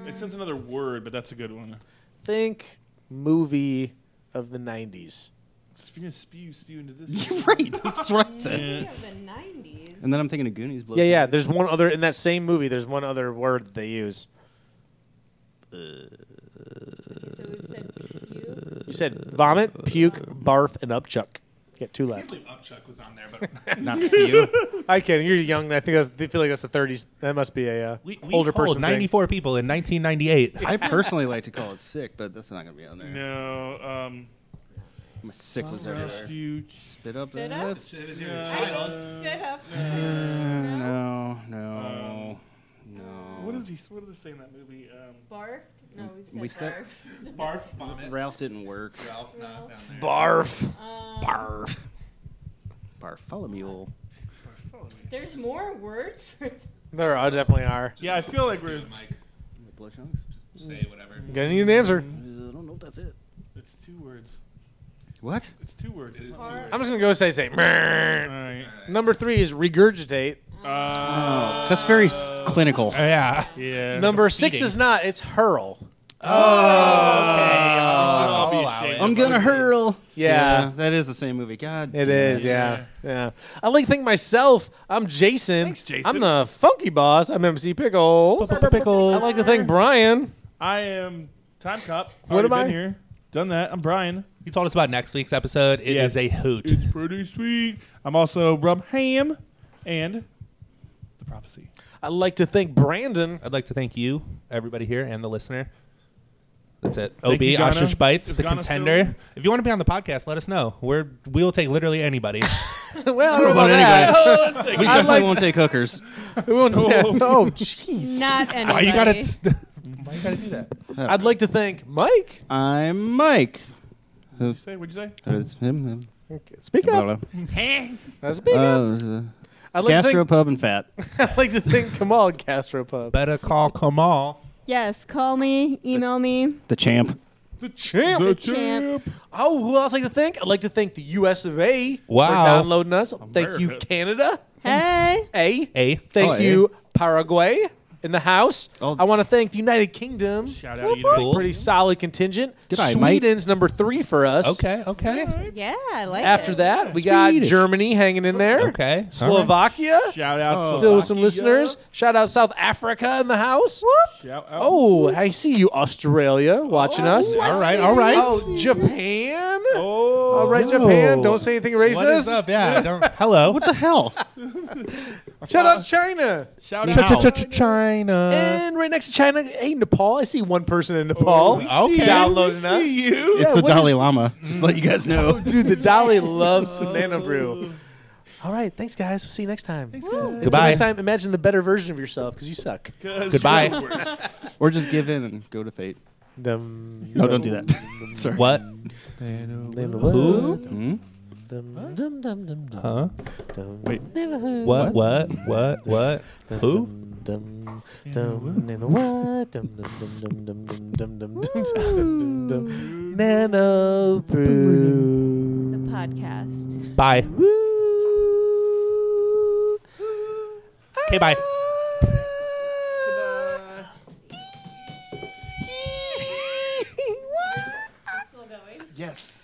B: It says another word, but that's a good one.
C: Think movie of the 90s.
B: If you're gonna spew, spew into this.
E: right. That's what I said.
B: Yeah.
D: of the 90s.
E: And then I'm thinking of Goonies. Blow
C: Yeah, yeah.
E: chunks.
C: There's one other in that same movie. There's one other word that they use.
D: so we've said puke.
C: You said vomit, puke, barf, and upchuck. Get two left.
A: Upchuck was on there, but
E: Not spew.
C: I kidding. You're young. I think that's, I feel like that's the 30s. That must be a uh,
A: we, we
C: older
A: polled
C: person. thing.
A: 94 people in 1998.
E: I personally like to call it sick, but that's not going to be on there.
B: No. Um.
E: My sick was everywhere.
B: Spew.
E: Spit up.
D: Spit
E: uh,
D: up?
E: that's-
D: I think spit up.
E: No, no, no.
B: What is he? What did they say in that movie? Um,
D: Barf. No, we've said
E: We
D: barf.
E: said-
A: Barf, vomit,
E: Ralph didn't work.
A: Ralph, not down there.
C: Barf.
E: Barf. Bartholomew.
D: There's more words for. Th-
C: There are, definitely are.
B: yeah, I feel like we're.
A: Mike,
E: Blow chunks?
A: say whatever.
C: Gonna need an answer.
E: I don't know if that's it.
B: It's two words.
E: What?
B: It's two words. It's two words.
C: I'm just gonna go say say.
B: All
C: "Meh."
B: right.
C: Number three is regurgitate.
B: Uh,
E: Oh, that's very s- clinical.
A: Oh, yeah.
B: yeah.
C: Number six
A: Feeding.
C: is not. It's hurl.
A: Okay. Oh, I'll, I'll allow
B: same.
E: I'm gonna hurl.
C: Yeah.
E: that is the same movie. God,
C: It
E: damn
C: is, yeah, yeah. I like to think myself. I'm Jason.
B: Thanks, Jason.
C: I'm the funky boss. I'm MC Pickles. I
A: Pickles.
C: like to thank Brian.
B: I am Time Cop.
C: What
B: Already
C: am
B: been
C: I?
B: here. Done that. I'm Brian.
A: He told us about next week's episode. It is
B: Yes.
A: a hoot.
B: It's pretty sweet. I'm also Rob Ham and The Prophecy.
C: I like to thank Brandon.
A: I'd like to thank you, everybody here, and the listener. That's it.
B: Thank
A: OB
B: you, Ghana.
A: Ostrich Bites,
B: Is
A: the
B: Ghana
A: contender.
B: still-
A: If you want to be on the podcast, let us know. We're we will take literally anybody.
C: well, I don't know
E: But
C: about that.
E: anyway, we
C: I
E: definitely
C: like-
E: won't take hookers.
C: We won't- oh, jeez.
D: Not anybody.
A: Why you gotta? st- Why you gotta do that?
C: I'd like to thank Mike.
E: I'm Mike.
B: Say, what'd you say?
E: That is him, him.
C: Speak
E: Blah,
C: up.
E: blah.
C: That's big up.
E: Uh, uh,
C: I'd like, to
E: Gastro
C: thank,
E: pub and fat.
C: I'd like to thank Kamal at Gastropub.
A: Better call Kamal.
D: Yes, call me, email me.
E: The champ.
C: The champ.
B: The
D: champ.
C: Oh, who else I'd like to thank? I'd like to thank the US of A for
A: Wow.
C: downloading us. Thank you,
B: America.
C: Canada.
D: Hey.
C: A.
A: A.
C: Thank
E: Oh, A.
C: you, Paraguay in the house.
E: Oh.
C: I want to thank the United Kingdom.
B: Shout out, you.
A: Cool.
C: Pretty solid contingent.
E: Good eye, mate.
C: Sweden's number three for us.
A: Okay. Okay.
D: Yeah, I like
C: After
D: it.
C: that, we got
E: Swedish.
C: Germany hanging in there.
A: Okay. All right.
C: Slovakia.
B: Shout out.
E: Oh.
C: Still with some
B: Slovakia.
C: listeners. Shout out South Africa in the house.
B: Shout out.
C: Oh, I see you, Australia, watching us.
A: All right. All right.
C: Oh, Japan.
B: Oh.
C: All right,
A: no.
C: Japan. Don't say anything racist.
A: What is up? Yeah. I don't, hello. what the hell?
C: Shout
A: Uh,
C: out China.
B: Shout out.
A: China.
C: And right next to China, hey Nepal. I see one person in Nepal.
A: we see you.
C: Oh, downloading us.
B: you.
E: It's
C: Yeah,
E: the
C: what
E: Dalai
C: is- Oh,
E: Lama. Just let you guys know.
C: Dude, the Dolly loves banana brew. All right, thanks guys. We'll see you next time. Until
A: Goodbye.
C: next time, imagine the better version of yourself because you suck.
A: Goodbye.
E: or just give in and go to fate.
C: Dum,
E: No, don't do that. Sorry.
A: What?
C: dum,
A: Who?
E: Hmm?
C: dum, dum, dum, dum, dum,
A: Huh?
C: dum,
E: Wait.
C: neighborhood.
A: What? What? What? What?
C: Dum,
A: Who?
C: Dum, dum, neighborhood. Dum, dum, dum, dum, dum, dum, dum, dum, dum, dum, dum. Nano brew.
D: The podcast.
A: Bye. Okay. Bye.
D: Still going.
B: Yes.